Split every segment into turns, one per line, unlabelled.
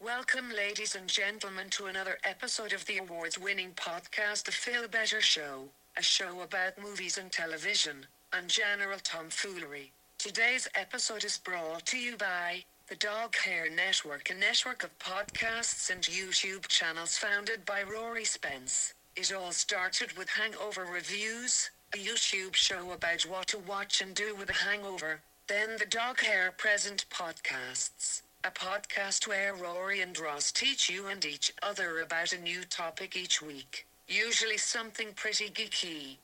Welcome, ladies and gentlemen, to another episode of the awards winning podcast, The Feel Better Show, a show about movies and television, and general tomfoolery. Today's episode is brought to you by the Dog Hair Network, a network of podcasts and YouTube channels founded by Rory Spence. It all started with Hangover Reviews, a YouTube show about what to watch and do with a hangover. Then the Dog Hair Present Podcasts, a podcast where Rory and Ross teach you and each other about a new topic each week, usually something pretty geeky.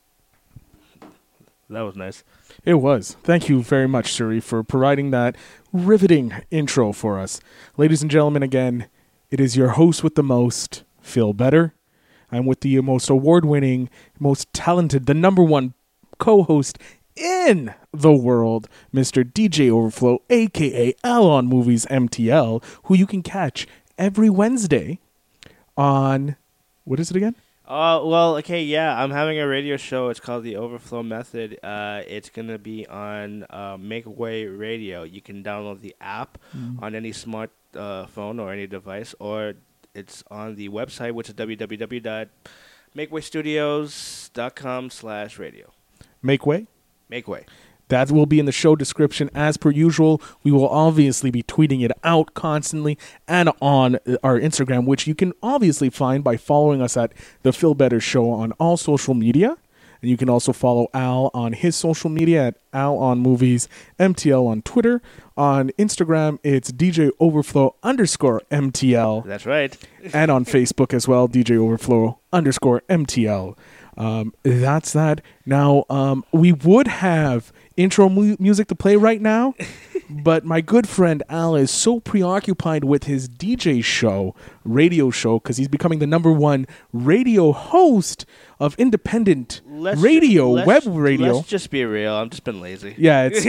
That was nice.
It was. Thank you very much, Suri, for providing that riveting intro for us. Ladies and gentlemen, again, it is your host with the most, Phil Better. I'm with the most award winning, most talented, the number one co host in the world, Mr. DJ Overflow, aka Alon Movies MTL, who you can catch every Wednesday on. What is it again?
Uh, well, okay, yeah, I'm having a radio show. It's called The Overflow Method. Uh, it's going to be on uh, Make Way Radio. You can download the app
Mm-hmm.
on any smart uh, phone or any device, or it's on the website, which is www.makewaystudios.com slash radio.
Make way.
Make Way.
That will be in the show description as per usual. We will obviously be tweeting it out constantly and on uh, our Instagram, which you can obviously find by following us at The Phil Better Show on all social media. And you can also follow Al on his social media at Al on Movies, MTL on Twitter. On Instagram, it's DJ Overflow underscore MTL
That's right.
and on Facebook as well, DJ Overflow underscore MTL. Um, that's that. Now, um, we would have intro mu- music to play right now, but my good friend Al is so preoccupied with his DJ show, radio show, because he's becoming the number one radio host of independent
Let's
radio,
let's-
web radio.
Let's just be real. I've just been lazy.
Yeah, it's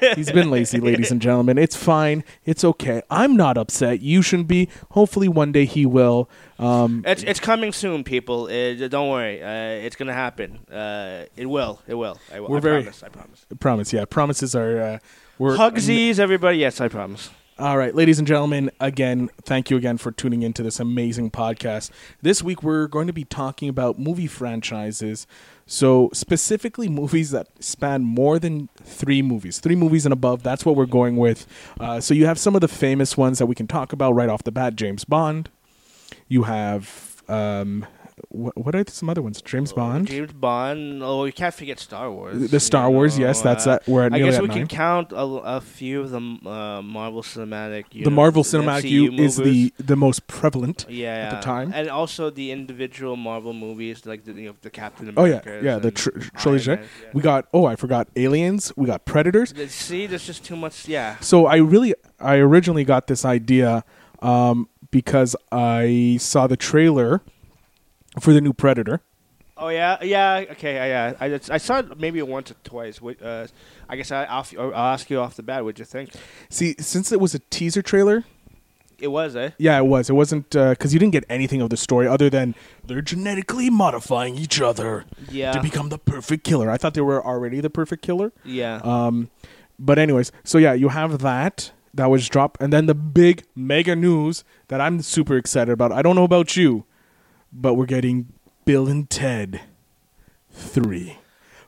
true. He's been lazy, ladies and gentlemen. It's fine. It's okay. I'm not upset. You shouldn't be. Hopefully, one day he will. Um,
It's it's coming soon, people. Uh, don't worry, uh, it's gonna happen. Uh, it will. It will. I will.
We're
I
very-
promise. I promise.
promise. Yeah, promises are. Uh, we're
Hugsies, everybody. Yes, I promise.
All right, ladies and gentlemen, again, thank you again for tuning into this amazing podcast. This week we're going to be talking about movie franchises. So, specifically movies that span more than three movies, three movies and above. That's what we're going with. Uh, so, you have some of the famous ones that we can talk about right off the bat James Bond. You have, um, wh- what are some other ones? James Bond.
Oh, James Bond. Oh, we can't forget Star Wars.
The Star
you
Wars, yes, that's at- we're at
I
nearly
guess
at
we
nine.
can count a, a few of the uh, Marvel Cinematic.
the Marvel
Universe-
Cinematic
MCU
U
movies.
is the, the most prevalent
yeah
at the time.
and also the individual Marvel movies like the you know, the Captain
Oh yeah,
America.
yeah, the tr- trilogy. We got oh, I forgot Aliens. We got Predators.
See, there's just too much. Yeah,
So I really, I originally got this idea um, because I saw the trailer for the new Predator.
Oh yeah, yeah. Okay, yeah. yeah. I, just- I saw it maybe once or twice. What, Uh, I guess I, I'll, I'll ask you off the bat. What'd you think?
See, since it was a teaser trailer,
It was eh.
yeah, it was. It wasn't because you didn't get anything of the story other than they're genetically modifying each other
Yeah.
to become the perfect killer. I thought they were already the perfect killer.
Yeah.
Um, but anyways, so yeah, you have that that was dropped, and then the big mega news that I'm super excited about. I don't know about you, but we're getting Bill and Ted three.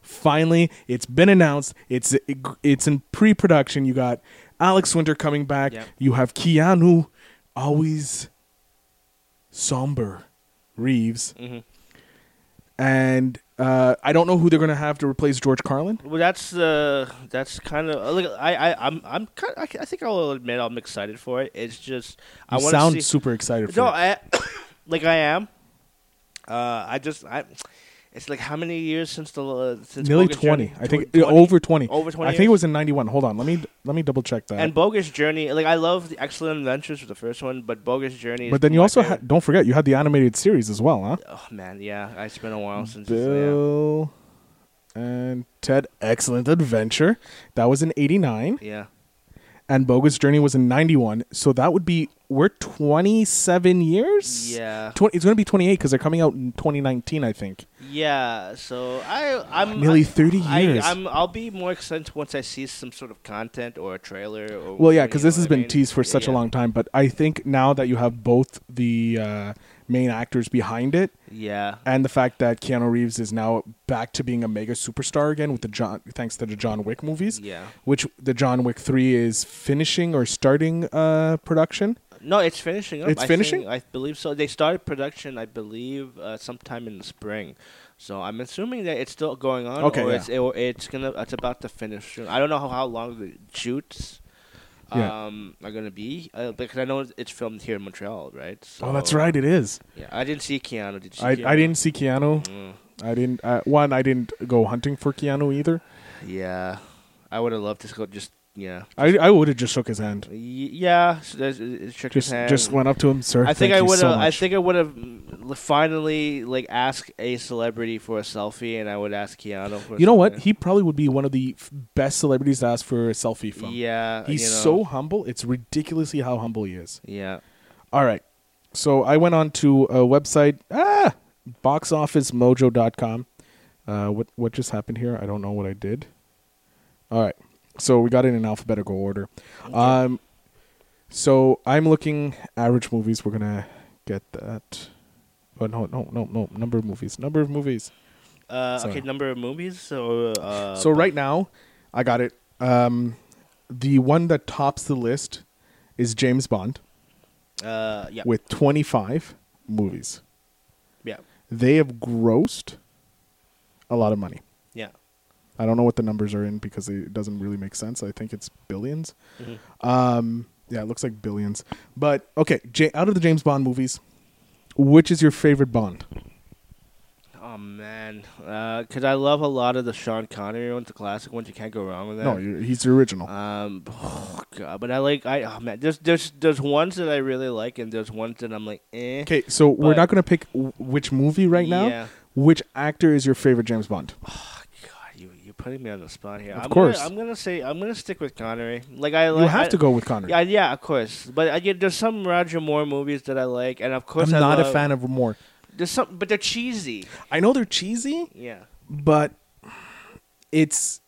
Finally, it's been announced. It's it's in pre-production. You got Alex Winter coming back.
Yep.
You have Keanu, always somber, Reeves,
mm-hmm.
and uh, I don't know who they're gonna have to replace George Carlin.
well, that's uh, that's kind of look. I, I, I'm, I'm kind. I, I think I'll admit I'm excited for it. It's just I
You
want
sound
to see.
super excited for
no,
it.
I, like I am. Uh, I just I. It's like how many years since the uh, since
nearly
Bogus
20
Journey?
i think
Tw- 20?
over 20
Over 20
i think it
years?
was in 91 hold on let me let me double check that
And Bogus Journey, like I love the Excellent Adventures was the first one, but Bogus Journey. is
but then you
my
also
favorite.
had don't forget you had the animated series as well huh
Oh man, yeah, it's been a while since. it's-
bill and ted excellent adventure that was in 89
yeah. yeah.
and Bogus Journey was in 91. So that would be, we're 27 years?
Yeah.
20, it's going to be 28 because they're coming out in 2019, I think.
Yeah, so I I'm
Nearly
I-
30
I,
years.
I'm I'll be more excited once I see some sort of content or a trailer. Or
Well, yeah,
you
because
know
this has
what I
been
mean?
teased for such
Yeah.
a long time. But I think now that you have both the uh, main actors behind it
Yeah,
and the fact that Keanu Reeves is now back to being a mega superstar again with the John, thanks to the John Wick movies.
Yeah.
Which the John Wick 3 is finishing or starting uh, production.
no, it's finishing up.
It's
I
finishing?
Think, I believe so. They started production, I believe, uh, sometime in the spring. So I'm assuming that it's still going on.
Okay,
or
yeah.
it's or it's gonna it's about to finish soon. I don't know how, how long the shoots.
Yeah.
Um, are gonna be uh, because I know it's filmed here in Montreal, right? So,
Oh, that's right. It is.
Yeah, I didn't see Keanu. Did you? See
I, I
Keanu?
didn't see Keanu.
Mm.
I didn't. Uh, one, I didn't go hunting for Keanu either.
Yeah, I would have loved to go. Just yeah,
I, I would have just shook his hand.
Y- yeah. So there's, uh, it shook his
Just
hand.
just went up to him, sir.
I think
thank
I
you
would
so
have. I
much."
think I would have mm, finally like asked a celebrity for a selfie, and I would ask Keanu. For
You know what?
something.
He probably would be one of the f- best celebrities to ask for a selfie from.
yeah,
He's
you know.
so humble. It's ridiculously how humble he is.
yeah.
All right. So I went on to a website, ah, boxofficemojo.com. Uh, what what just happened here? I don't know what I did. All right. So we got it in alphabetical order. Um, so I'm looking average movies. We're gonna get that. Oh no no no no number of movies number of movies.
Uh,
So-
okay, number of movies. So uh,
so right now, I got it. Um, the one that tops the list is James Bond
uh, yeah,
with 25 movies.
yeah,
they have grossed a lot of money.
yeah.
I don't know what the numbers are in because it doesn't really make sense. I think it's 1000000000s
Mhm.
Um, yeah, it looks like billions. But okay, J- out of the James Bond movies, which is your favorite Bond?
Oh man, because I love a lot of the Sean Connery ones, the classic ones. You can't go wrong with that.
No, you're, he's the original.
Um, oh god, but I like I oh man, there's there's there's ones that I really like and there's ones that I'm like eh.
Okay, so we're
but-
not going to pick w- which movie right now.
Yeah.
Which actor is your favorite James Bond?
God, you you're putting me on the spot here.
Of
I'm
course.
gonna, I'm gonna say I'm gonna stick with Connery. Like I
you
like-
have
I-
to go with Connery.
Yeah, yeah, of course. But I get there's some Roger Moore movies that I like, and of course
I'm
I
not a
love-
fan of Moore.
There's some, but they're cheesy.
I know they're cheesy,
Yeah,
but it's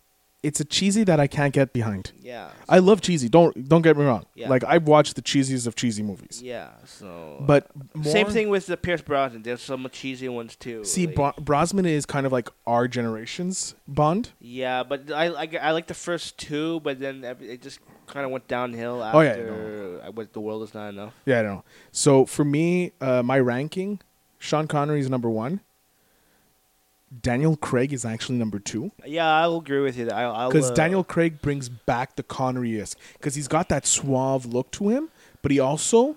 it's a cheesy that I can't get behind.
yeah,
I love cheesy. Don't don't get me wrong.
Yeah.
Like I've watched the cheesiest of cheesy movies.
yeah. So uh,
But more,
same thing with the Pierce Brosnan. There's some cheesy ones too.
See,
like-
Bro- Brosman is kind of like our generation's Bond.
Yeah, but I, I, I like the first two, but then ev- it just kind of went downhill after
Oh, yeah,
uh, what the world is not enough.
Yeah, I know. So for me, uh, my ranking, Sean Connery is number one. Daniel Craig is actually number two
Yeah, I'll uh, agree with you. that. I
because Daniel Craig brings back the Connery-esque because he's got that suave look to him, but he also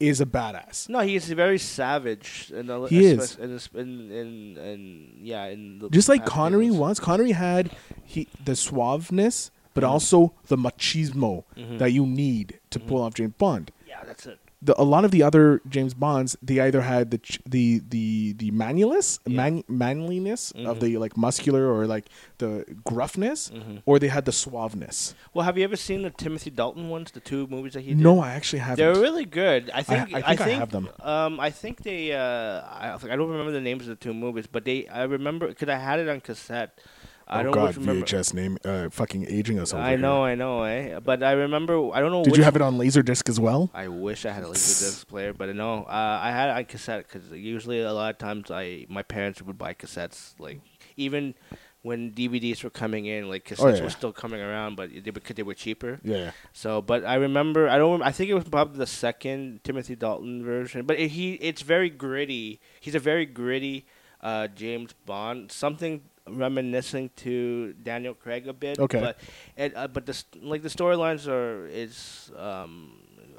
is a badass.
No, he's very savage. In the,
He is.
In, this- in, in, in- yeah, in the
Just like
past
Connery
movies.
was, Connery had he the suaveness, but
Mm-hmm.
also the machismo that you need to pull
Mm-hmm.
off James Bond.
Yeah, that's it.
The, a lot of the other James Bonds, they either had the ch- the the the manliness, man, manliness of
Mm-hmm.
the like muscular or like the gruffness, or they had the suaveness.
Well, have you ever seen the Timothy Dalton ones? The two movies that he did.
No, I actually haven't.
They're really good. I think.
I
I,
think
think
I have them.
Um, I think they. Uh, I, I don't remember the names of the two movies, but they. I remember because I had it on cassette. I
oh
don't
God,
remember.
VHS name, uh, fucking aging us over.
I
here.
know, I know, eh. But I remember. I don't know.
Did
which,
you have it on Laserdisc as well?
I wish I had a disc player, but no. Uh, I had it on cassette because usually a lot of times I my parents would buy cassettes. Like even when DVDs were coming in, like cassettes
Oh, yeah.
were still coming around, but they because they were cheaper.
Yeah.
So, but I remember I don't. I think it was probably the second Timothy Dalton version, but it, he it's very gritty. He's a very gritty uh, James Bond, something reminiscent to Daniel Craig a bit.
Okay.
but it, uh, but the st- like the storylines are it's um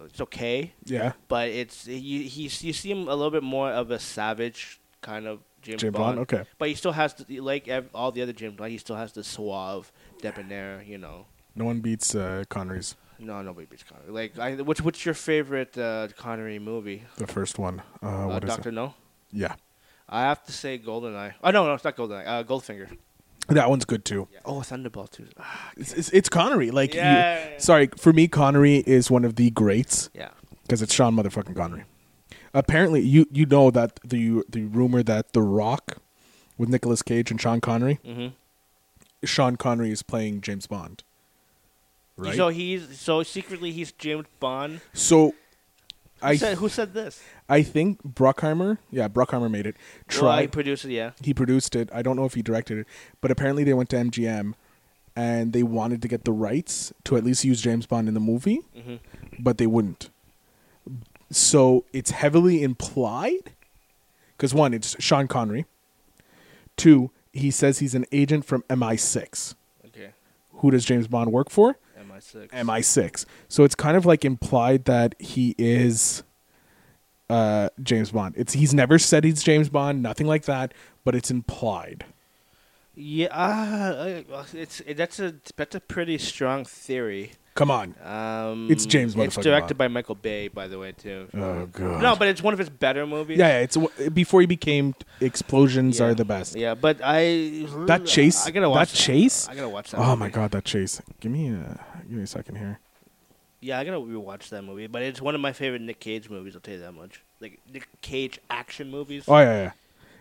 it's okay,
Yeah.
but it's you he you see him a little bit more of a savage kind of. James,
James Bond, okay.
But he still has the, like ev- all the other James Bond. He still has the suave, debonair, you know.
No one beats uh, Connery's.
No, nobody beats Connery. Like, I, what's what's your favorite uh, Connery movie?
The first one. Uh,
Uh,
what is
Doctor
it?
No.
Yeah.
I have to say Goldeneye. Oh no, no, it's not Goldeneye. Uh, Goldfinger.
That one's good too.
Oh, Thunderball too. Ah,
It's, it's, it's Connery. Like, you-
Yeah, yeah.
sorry for me, Connery is one of the greats
yeah.
because it's Sean motherfucking Connery. Apparently, you you know that the the rumor that The Rock with Nicolas Cage and Sean Connery,
Mhm.
Sean Connery is playing James Bond. Right.
So
So,
he's so secretly he's James Bond. Who,
I
said, who said this?
I think Bruckheimer, yeah, Bruckheimer made it.
Well, he
Tried
produced it. Yeah.
he produced it. I don't know if he directed it, but apparently they went to MGM and they wanted to get the rights to at least use James Bond in the movie, but they wouldn't. So it's heavily implied because one, it's Sean Connery. Two, he says he's an agent from MI6.
Okay.
Who does James Bond work for?
MI six.
MI6. So it's kind of like implied that he is uh, James Bond. It's he's never said he's James Bond, nothing like that, but it's implied.
Yeah. Uh, it's it, that's a that's a pretty strong theory.
Come on.
Um,
It's James
It's
motherfucking
directed
Bond.
by Michael Bay, by the way, too.
Oh god.
No, but it's one of his better movies.
yeah, yeah, it's before he became explosions
Yeah.
are the best.
Yeah, but I
That chase,
I gotta watch
that chase.
I gotta watch that.
Oh
movie.
my god, that chase! Give me a, give me a second here.
Yeah, I gotta rewatch that movie. But it's one of my favorite Nick Cage movies. I'll tell you that much. Like Nick Cage action movies.
Oh yeah, yeah.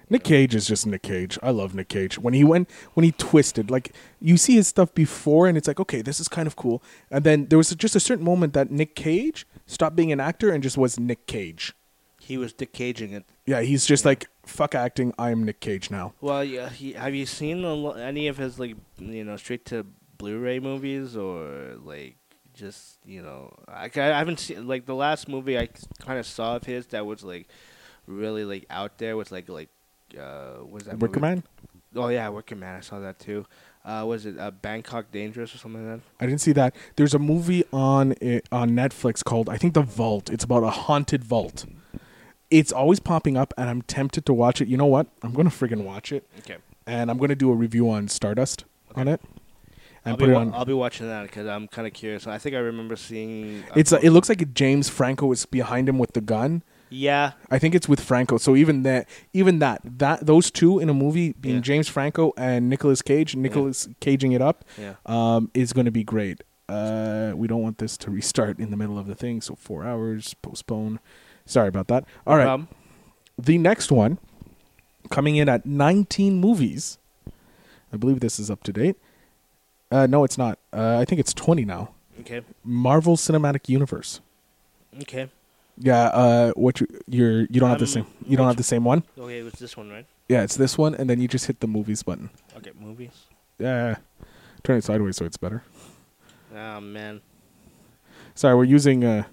Nick Cage is just Nick Cage. I love Nick Cage. When he went, when he twisted, like you see his stuff before, and it's like, okay, this is kind of cool. And then there was just a certain moment that Nick Cage stopped being an actor and just was Nick Cage.
He was Nick Caging it.
Yeah, he's just like, fuck acting. I am Nick Cage now.
Well, yeah. He, have you seen a lo- any of his like you know straight to Blu-ray movies or like just you know I, I haven't seen like the last movie I kind of saw of his that was like really like out there was like like uh was that movie?
Wicker Man.
Oh yeah, Wicker Man. I saw that too. Uh, was it uh, Bangkok Dangerous or something like that?
I didn't see that. There's a movie on it, on Netflix called I think The Vault. It's about a haunted vault. It's always popping up, and I'm tempted to watch it. You know what? I'm gonna friggin' watch it,
Okay.
and I'm gonna do a review on Stardust on it, and
I'll
put
be,
it
wa-
on.
I'll be watching that because I'm kind of curious. I think I remember seeing. a
it's uh,
poster.
it looks like James Franco is behind him with the gun.
yeah,
I think it's with Franco. So even that, even that, that those two in a movie being
Yeah.
James Franco and Nicolas Cage, Nicolas caging it up,
Yeah.
um, is going to be great. Uh, we don't want this to restart in the middle of the thing, so four hours postpone. Sorry about that. All right,
Um,
the next one coming in at 19 movies. I believe this is up to date. Uh, no, it's not. Uh, I think it's 20 now.
okay.
Marvel Cinematic Universe.
Okay.
Yeah. Uh, what you you're you don't have the
Um,
same you don't have the same one.
Okay. It was this one, right?
Yeah, it's this one, and then you just hit the movies button.
Okay. Movies.
Yeah, turn it sideways so it's better.
Oh man.
Sorry, we're using uh,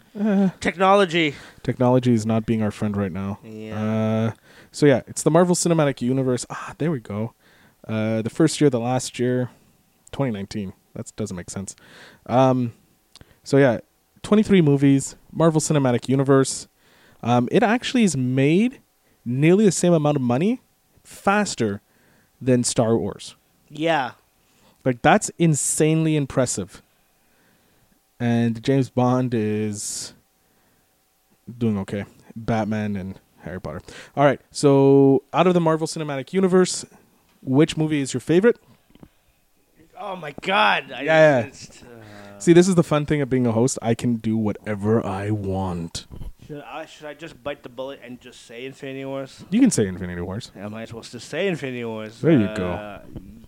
Technology.
technology is not being our friend right now.
Yeah.
Uh, so yeah, it's the Marvel Cinematic Universe. Ah, there we go. Uh, the first year, the last year, 2019. That doesn't make sense. Um, so yeah, 23 movies, Marvel Cinematic Universe. Um, it actually is made nearly the same amount of money, faster than Star Wars.
Yeah.
Like that's insanely impressive. And James Bond is doing okay. Batman and Harry Potter. All right. So, out of the Marvel Cinematic Universe, which movie is your favorite?
Oh my God. I
Yeah.
Just, uh,
See, this is the fun thing of being a host. I can do whatever I want.
should I should I just bite the bullet and just say Infinity Wars?
You can say Infinity Wars.
Am I might as well just say Infinity Wars?
There you
Uh,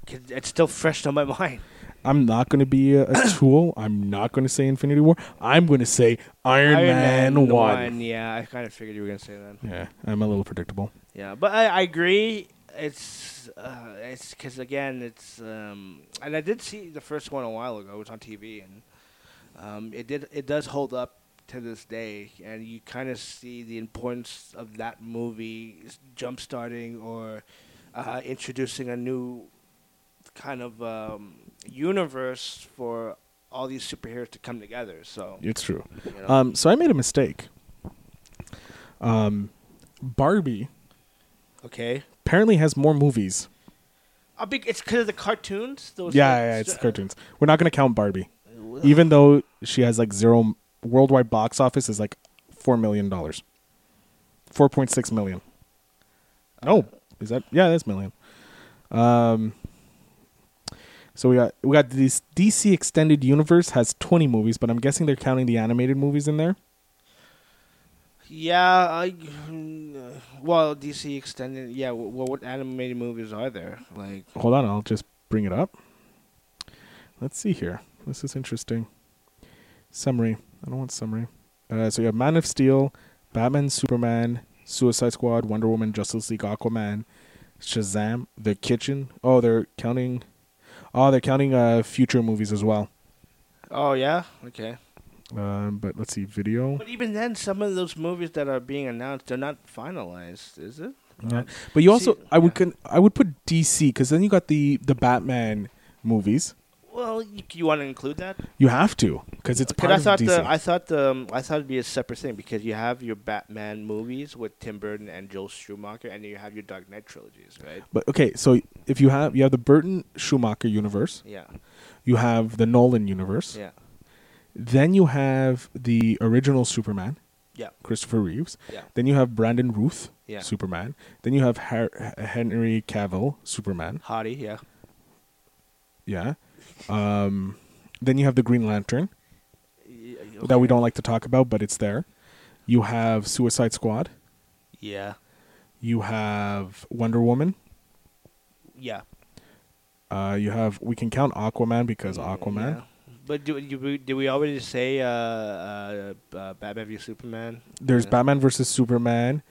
'cause It's still fresh on my mind.
I'm not going to be a, a tool. I'm not going to say Infinity War. I'm going to say Iron, Man, 1.
Yeah, I kind of figured you were gonna say that.
Yeah, I'm a little predictable.
Yeah, but I, I agree. It's uh, it's because again, it's um, and I did see the first one a while ago. It was on TV, and um, it did it does hold up to this day. And you kind of see the importance of that movie jump starting or uh, introducing a new kind of um, universe for all these superheroes to come together. So
It's true.
you know.
Um, so I made a mistake. Um, Barbie
okay.
apparently has more movies.
I'll be, it's because of the cartoons. Those Uh,
yeah,
like,
yeah, it's
st-
cartoons. We're not going to count Barbie,
Well,
even though she has like zero worldwide box office is like four million dollars, four point six million. No, is that yeah? That's million. Um, So we got we got this DC extended universe has 20 movies, but I'm guessing they're counting the animated movies in there.
Yeah, I. Well, DC extended. Yeah, well, what animated movies are there? Like,
Hold on, I'll just bring it up. Let's see here. This is interesting. Summary. I don't want summary. Uh, so you have Man of Steel, Batman, Superman, Suicide Squad, Wonder Woman, Justice League, Aquaman, Shazam, The Kitchen. Oh, they're counting. Oh, they're counting uh, future movies as well.
oh yeah, okay.
Um, but let's see, video.
But even then, some of those movies that are being announced, they're not finalized, is it?
Yeah. Uh, But you also,
See-
I would
yeah.
con- I would put DC because then you got the the Batman movies.
Well, you, you want to include that?
You have to because it's part
Because I thought
of DC.
the I thought the um, I thought it'd be a separate thing because you have your Batman movies with Tim Burton and Joel Schumacher, and then you have your Dark Knight trilogies, right?
but okay, so if you have you have the Burton Schumacher universe,
Yeah,
you have the Nolan universe,
yeah,
then you have the original Superman,
yeah,
Christopher Reeves,
yeah.
then you have Brandon Ruth,
Yeah.
Superman, then you have Har- Henry Cavill, Superman,
Hottie, yeah,
yeah, um, then you have the Green Lantern
Y-
that we
okay.
don't like to talk about, but it's there. You have Suicide Squad.
Yeah,
You have Wonder Woman.
yeah.
Uh, you have we can count Aquaman because
Mm,
Aquaman.
yeah. But do, do we do we already say uh, uh, uh, Batman v Superman?
There's
Yeah.
Batman versus Superman.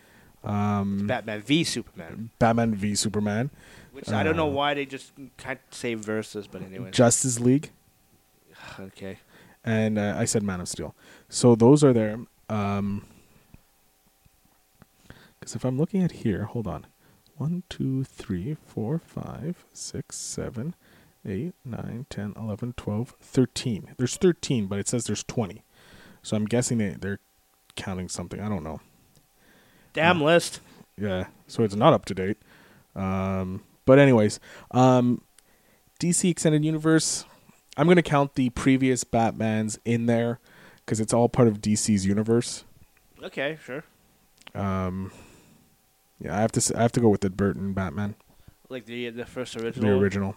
Um,
Batman v Superman,
Batman v Superman.
which I don't know
Uh,
why they just can't say versus, but anyway.
Justice League,
okay.
and uh, I said Man of Steel. So those are there. Um, because if I'm looking at here, hold on. One, two, three, four, five, six, seven, eight, nine, ten, eleven, twelve, thirteen. There's thirteen, but it says there's twenty. So I'm guessing they, they're counting something. I don't know. Mm.
Damn list.
Yeah, so it's not up to date. Um, but anyways, um, DC Extended Universe. I'm gonna count the previous Batman's in there because it's all part of DC's universe.
Okay, sure.
Um, yeah, I have to s- I have to go with the Burton Batman,
Like the the first
the
original.
original,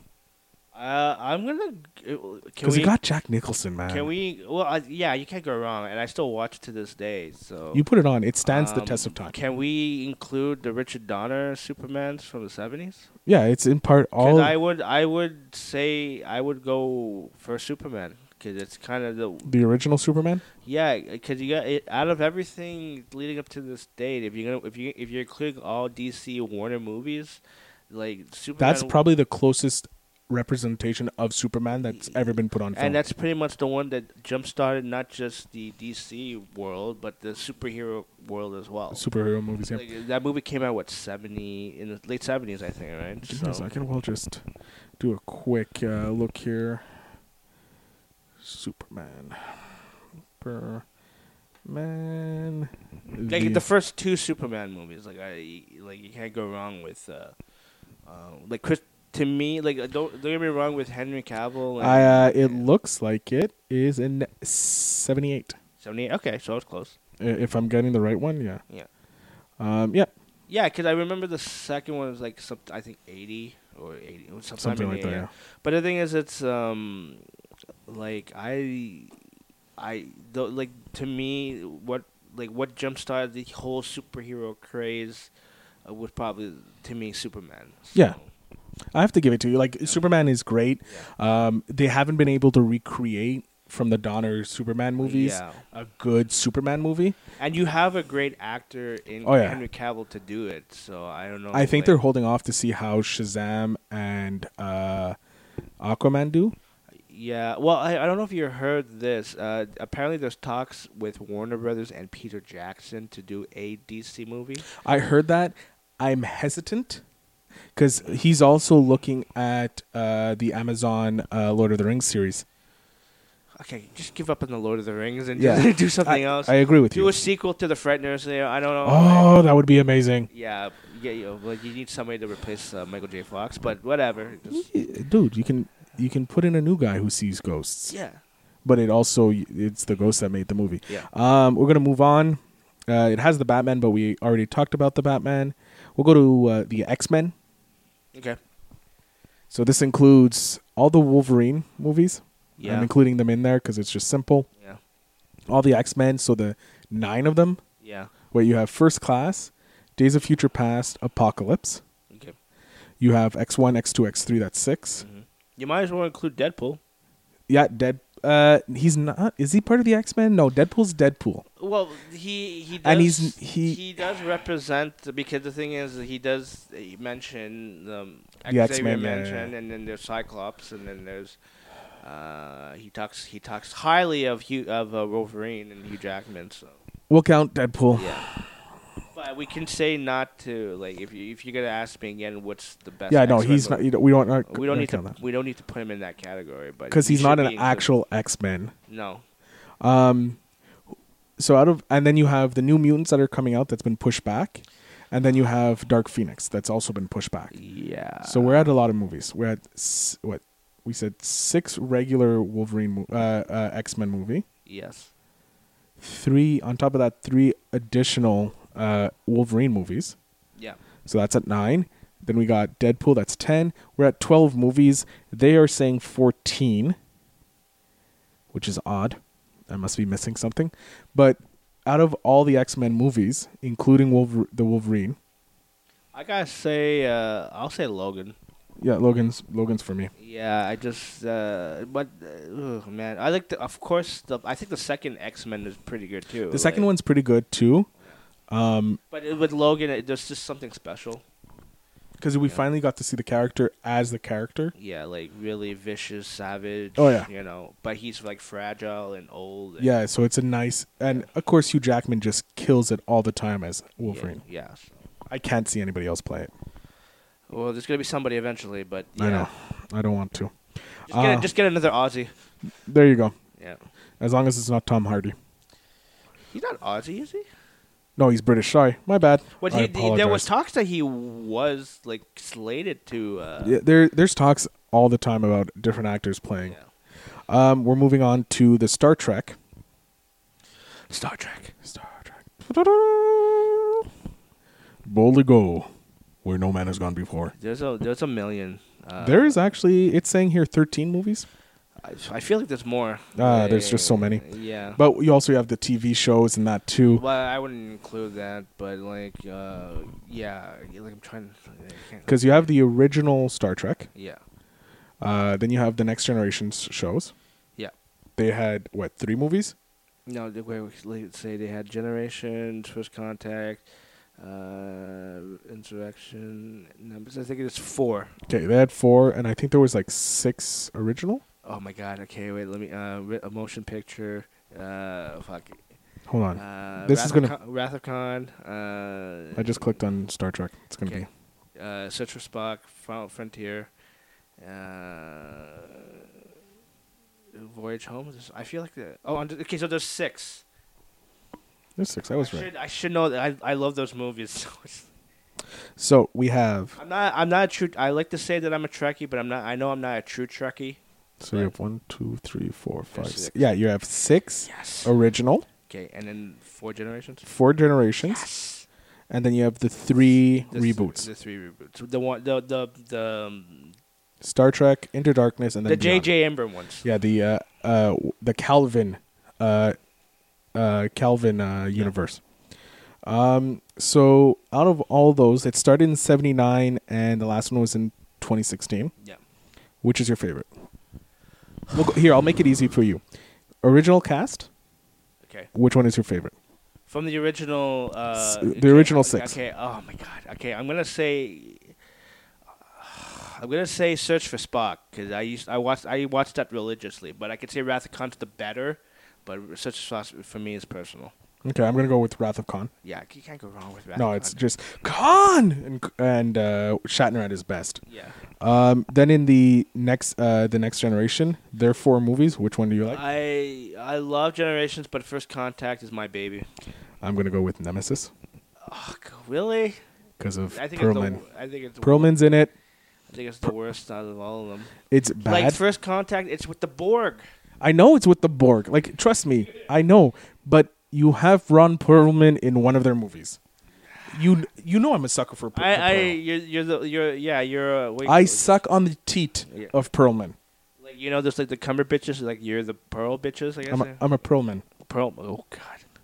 Uh, I'm gonna. Can
because
we?
it got Jack Nicholson, man.
can we? Well, I, yeah, you can't go wrong, and I still watch it to this day. So
You put it on; it stands the
um,
test of time.
Can we include the Richard Donner Supermans from the seventies?
yeah, it's in part all.
Because I would, I would say I would go for Superman because it's kind of the
the original Superman.
yeah. Because you got it, out of everything leading up to this date. If you're gonna, if you if you're including all DC Warner movies, like Superman,
That's probably the closest representation of Superman that's ever been put on film.
and that's pretty much the one that jump started not just the DC world but the superhero world as well.
superhero movies. Yeah.
Like, that movie came out what seventy in the late seventies, I think, right?
Give me a second. We'll just do a quick uh, look here. Superman. Superman.
like the, first two Superman movies, like I like you can't go wrong with, uh, uh, like Chris. To me, like uh, don't don't get me wrong with Henry Cavill.
I, uh, it
and
looks like it is in 78.
seventy. Okay, so it's close.
I- If I'm getting the right one, yeah.
Yeah,
Um, yeah,
yeah, because I remember the second one was like some I think eighty or eighty it was sometime
something
in
like
the-
that.
yeah.
Yeah.
But the thing is, it's um, like I, I the, like to me what like what jump started the whole superhero craze uh, was probably to me Superman.
Yeah.
So,
I have to give it to you. Like Superman is great. Um, they haven't been able to recreate from the Donner Superman movies
Yeah. Uh,
a good Superman movie.
And you have a great actor in
Oh, yeah.
Henry Cavill to do it, so I don't know.
I
Oh,
think
like-
they're holding off to see how Shazam and uh, Aquaman do.
Yeah, well, I, I don't know if you heard this. Uh, apparently, there's talks with Warner Brothers and Peter Jackson to do a DC movie.
I heard that. I'm hesitant because he's also looking at uh, the Amazon uh, Lord of the Rings series.
Okay, just give up on the Lord of the Rings and
Yeah.
do something
I,
else.
I agree with
do
you.
a sequel to the Frighteners. There, I don't know.
Oh, that would be amazing,
yeah, yeah. You know, well, you need somebody to replace uh, Michael J. Fox, but whatever. Just,
dude. You can you can put in a new guy who sees ghosts.
yeah,
but it also it's the ghost that made the movie.
Yeah.
Um, we're gonna move on. Uh, it has the Batman, but we already talked about the Batman. We'll go to uh, the X Men.
okay.
So this includes all the Wolverine movies.
Yeah.
I'm including them in there because it's just simple.
yeah.
All the X Men, so the nine of them,
Yeah.
where you have First Class, Days of Future Past, Apocalypse.
Okay.
You have X1, X2, X3, that's 6
Mm-hmm. You might as well include Deadpool.
Yeah, Dead. Uh, he's not. Is he part of the X Men? No, Deadpool's Deadpool.
Well, he he does,
And he's- he-
does represent because the thing is he does he mention um,
The
Xavier
X-Men, yeah, yeah,
mentioned,
yeah.
and then there's Cyclops and then there's uh, he talks he talks highly of Hugh, of uh, Wolverine and Hugh Jackman so
We'll count Deadpool.
yeah. But we can say not to like if you if you're gonna ask me again what's the best
yeah, no,
X-Men
he's not.
movie,
You don't, we don't. uh,
we don't need to
count that
we don't need to put him in that category but
because
he
he's
should
not an
be included.
actual X Men.
no
So out of and then you have the New Mutants that are coming out that's been pushed back, and then you have Dark Phoenix that's also been pushed back.
yeah
So we're at a lot of movies. We're at s- what we said six regular Wolverine mo- uh, uh, X Men movie,
yes
three on top of that three additional uh, Wolverine movies.
yeah
So that's at nine. Then we got Deadpool, that's 10. We're at 12 movies. They are saying 14, which is odd. I must be missing something. But out of all the X Men movies, including Wolver- the Wolverine,
I gotta say, uh, I'll say Logan.
yeah, Logan's Logan's for me.
Yeah, I just, uh, but uh, ugh, man, I like the, of course, the I think the second X Men is pretty good too.
The second
like-
one's pretty good too,
but it- with Logan, it, there's just something special.
because we finally got to see the character as the character.
Yeah, like really vicious, savage.
Oh, yeah.
you know, but he's like fragile and old. And,
Yeah, so it's a nice, and of course Hugh Jackman just kills it all the time as
yeah,
Wolverine.
Yeah. so-
I can't see anybody else play it.
Well, there's gonna be somebody eventually, but yeah.
I know, I don't want to.
Just, get,
Uh,
just get another Aussie.
There you go.
Yeah.
As long as it's not Tom Hardy.
He's not Aussie, is he?
No, he's British. Sorry, my bad.
But
I
he, he- there was
apologize.
talks that he was like slated to. Uh,
Yeah, there, there's talks all the time about different actors playing.
yeah.
Um, we're moving on to the Star Trek.
Star Trek.
Star Trek. Boldly go, where no man has gone before.
There's a there's a million. Uh,
there is actually, it's saying here 13 movies,
I, I feel like there's more.
Ah, there's just so many.
Yeah. But
but you also have the TV shows and that too.
well, I wouldn't include that, but like, uh, yeah, like I'm trying. I can't-
Because you have the original Star Trek,
yeah,
uh, then you have the Next Generation's shows.
yeah.
They had, what, three movies?
No, the way we let's say they had Generation, First Contact, uh, Insurrection. Numbers. I think it's four.
Okay, they had four, and I think there was like six original.
Oh my God. Okay, wait. Let me. Uh, ri- a motion picture. Uh, fuck.
Hold on.
Uh,
This
Wrath
is
of
gonna-
Khan- Wrath of Khan. Uh,
I just clicked on Star Trek. It's gonna
Okay.
be
Uh, Citrus Spock, Final Frontier, uh, Voyage Home. Is- I feel like the oh under, okay. So there's six.
there's six. I was
I
right.
should, I should know that. I, I love those movies. So it's-
So we have.
I'm not I'm not a true. I like to say that I'm a Trekkie, but I'm not. I know I'm not a true Trekkie.
So you have one, two, three, four, five,
six.
six. Yeah, you have six
Yes.
original,
Okay, and then four generations.
four generations, and then you have the three
The th-
reboots:
the three reboots. The one. The the the um,
Star Trek, Into Darkness, and then
the
beyond.
J.J. Ember ones.
Yeah, the uh, uh, w- the Calvin, uh, uh, Calvin uh, universe. Um, so out of all those, it started in '79, and the last one was in 2016.
Yeah.
Which is your favorite? We'll go, here, I'll make it easy for you. Original cast.
Okay.
Which one is your favorite?
From the original, uh,
S- the original
okay,
six.
Okay. Oh my God. Okay, I'm gonna say. I'm gonna say Search for Spock because I used I watched I watched that religiously, but I could say Wrath of Khan's the better, but Search for Spock for me is personal.
Okay, I'm gonna go with Wrath of Khan.
Yeah, you can't go wrong with Wrath.
No,
of
it's
Khan.
just Khan and and uh, Shatner at his best.
yeah.
Um, then in the next uh, the next generation, there are four movies. Which one do you like?
I I love Generations, but First Contact is my baby.
I'm gonna go with Nemesis
Fuck, really?
because of
I think
Ah, Perlman.
it's the I think it's
Perlman's in it.
I think it's the worst out of all of them.
It's bad.
Like First Contact, it's with the Borg.
I know it's with the Borg. Like, trust me, I know. But you have Ron Perlman in one of their movies. You you know I'm a sucker for. Pe-
I,
for
I,
Pearl.
you're, you're the, you're, yeah, you're. Uh, wait,
I
like-
suck on the teat
Yeah.
of Perlman.
Like you know, there's like the cumber bitches. Like you're the pearl bitches. I guess.
I'm a, I'm a Perlman.
pearl. Oh god.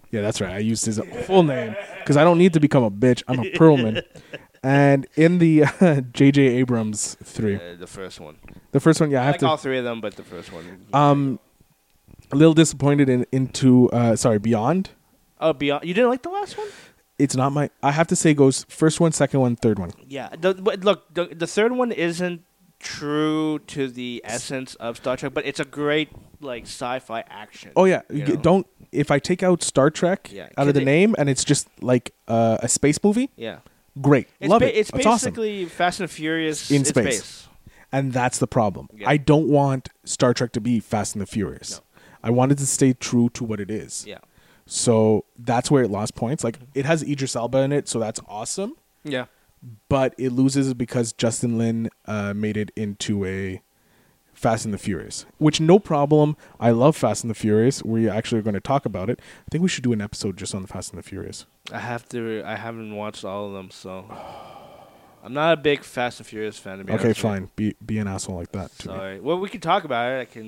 Yeah, that's right. I used his full name because I don't need to become a bitch. I'm a Perlman. and in the J.J. Abrams three,
Uh, the first one.
the first one, yeah, I
I
have
like
to.
all three of them, but the first one.
Um, a little disappointed in into uh, sorry Beyond.
oh, beyond. You didn't like the last one?
It's not my. I have to say goes first one, second one, third one.
Yeah. The, but look, the, the third one isn't true to the essence of Star Trek, but it's a great like sci-fi action.
Oh yeah,
you
G-
know?
don't. If I take out Star Trek
Yeah,
out of the
could it-
name and it's just like uh, a space movie,
Yeah.
great,
It's
love
ba-
it.
It's
That's awesome.
basically Fast and Furious
In
in
space.
space.
And that's the problem.
Yeah.
I don't want Star Trek to be Fast and the Furious. I wanted to stay true to what it is.
Yeah.
So that's where it lost points. Like it has Idris Elba in it, so that's awesome.
Yeah.
But it loses because Justin Lin uh, made it into a Fast and the Furious, which no problem. I love Fast and the Furious. We actually are going to talk about it. I think we should do an episode just on the Fast and the Furious.
I have to. I haven't watched all of them, so I'm not a big Fast and Furious fan. To be
okay,
honest with you.
fine. Be be an asshole like that. To me.
Sorry. Well, we can talk about it. I can.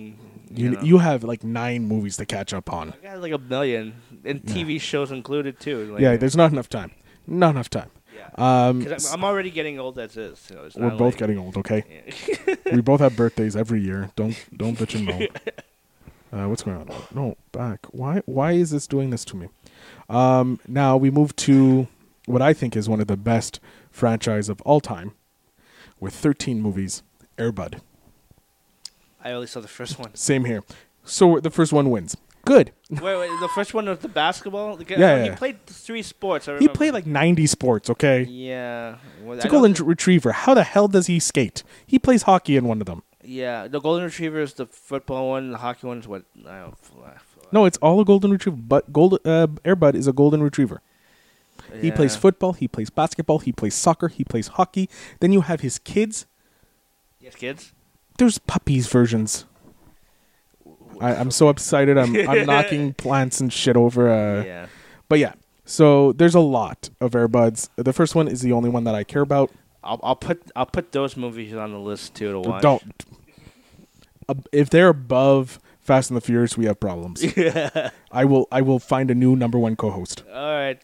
You
You, know.
you have like nine movies to catch up on.
I got like a million, and TV shows included too. Like,
Yeah, there's not enough time. Not enough time.
Yeah.
Um,
'Cause I'm, I'm already getting old as is. So it's
we're
not
both
like-
getting old, okay?
Yeah.
we both have birthdays every year. Don't don't bitch and moan. Uh, what's going on? No, back. Why why is this doing this to me? Um, now we move to what I think is one of the best franchise of all time, with 13 movies. Airbud.
I only saw the first one.
Same here. So the first one wins. Good.
Wait, wait, the first one was the basketball. The guy- oh,
Yeah,
he
yeah.
played three sports. I
He
remember.
played like 90 sports. Okay.
Yeah. Well,
It's a
I don't
golden
thi-
retriever. How the hell does he skate? He plays hockey in one of them.
yeah, the golden retriever is the football one. The hockey one is what? I don't.
No, it's all a golden retriever. But gold uh, Airbud is a golden retriever. He plays
Yeah.
football. He plays basketball. He plays soccer. He plays hockey. Then you have his kids.
Yes, kids.
There's puppies versions. I, I'm so excited. I'm I'm knocking plants and shit over. Uh,
yeah.
But yeah, so there's a lot of Airbuds. The first one is the only one that I care about.
I'll, I'll put I'll put those movies on the list too to watch.
Don't. Ab- If they're above Fast and the Furious, we have problems. I will I will find a new number one co-host.
All right.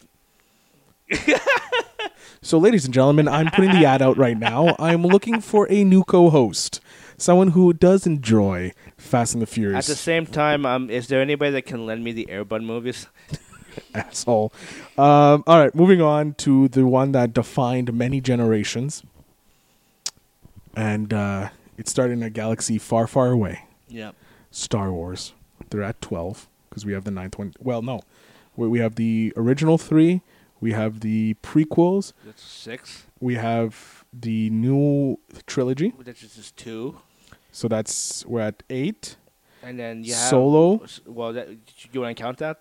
So, ladies and gentlemen, I'm putting the ad out right now. I'm looking for a new co-host, someone who does enjoy Fast and the
At
Furious.
the same time, um, is there anybody that can lend me the Airbud movies?
asshole. Um, all right, moving on to the one that defined many generations, and uh, it started in a galaxy far, far away.
Yep.
Star Wars. They're at twelve because we have the ninth one. Well, no, we we have the original three. We have the prequels.
That's six.
We have the new trilogy.
That's just is two.
So that's we're at eight.
And then you have
Solo?
Well, that, you want to count that?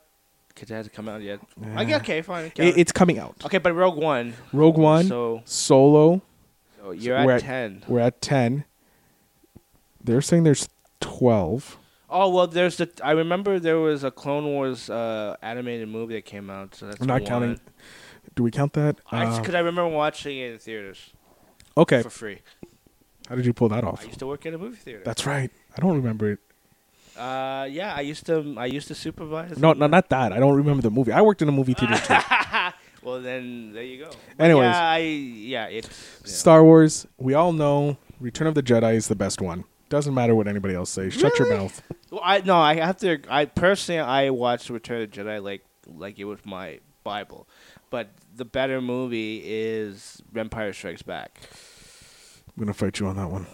Because it hasn't come out yet.
Yeah.
I Okay, okay, fine. count
It,
it.
it's coming out.
okay, but Rogue One.
Rogue One,
So,
Solo.
so you're
we're
at ten.
We're at ten. They're saying there's twelve.
Oh well, there's the. I remember there was a Clone Wars uh, animated movie that came out. So that's
I'm not
one.
counting. Do we count that? Uh,
Because I remember watching it in theaters
okay.
for free.
How did you pull that off?
I used to work at a movie theater.
That's right. I don't remember it.
Uh, yeah, I used to. I used to supervise.
No, no, not that. I don't remember the movie. I worked in a movie theater too.
Well, then there you go.
Anyways.
yeah, I, yeah, it's yeah.
Star Wars. We all know Return of the Jedi is the best one. Doesn't matter what anybody else says. Shut your mouth.
Well, I no, I have to. I personally, I watched Return of the Jedi like like it was my bible, but the better movie is Empire Strikes Back.
I'm gonna fight you on that one.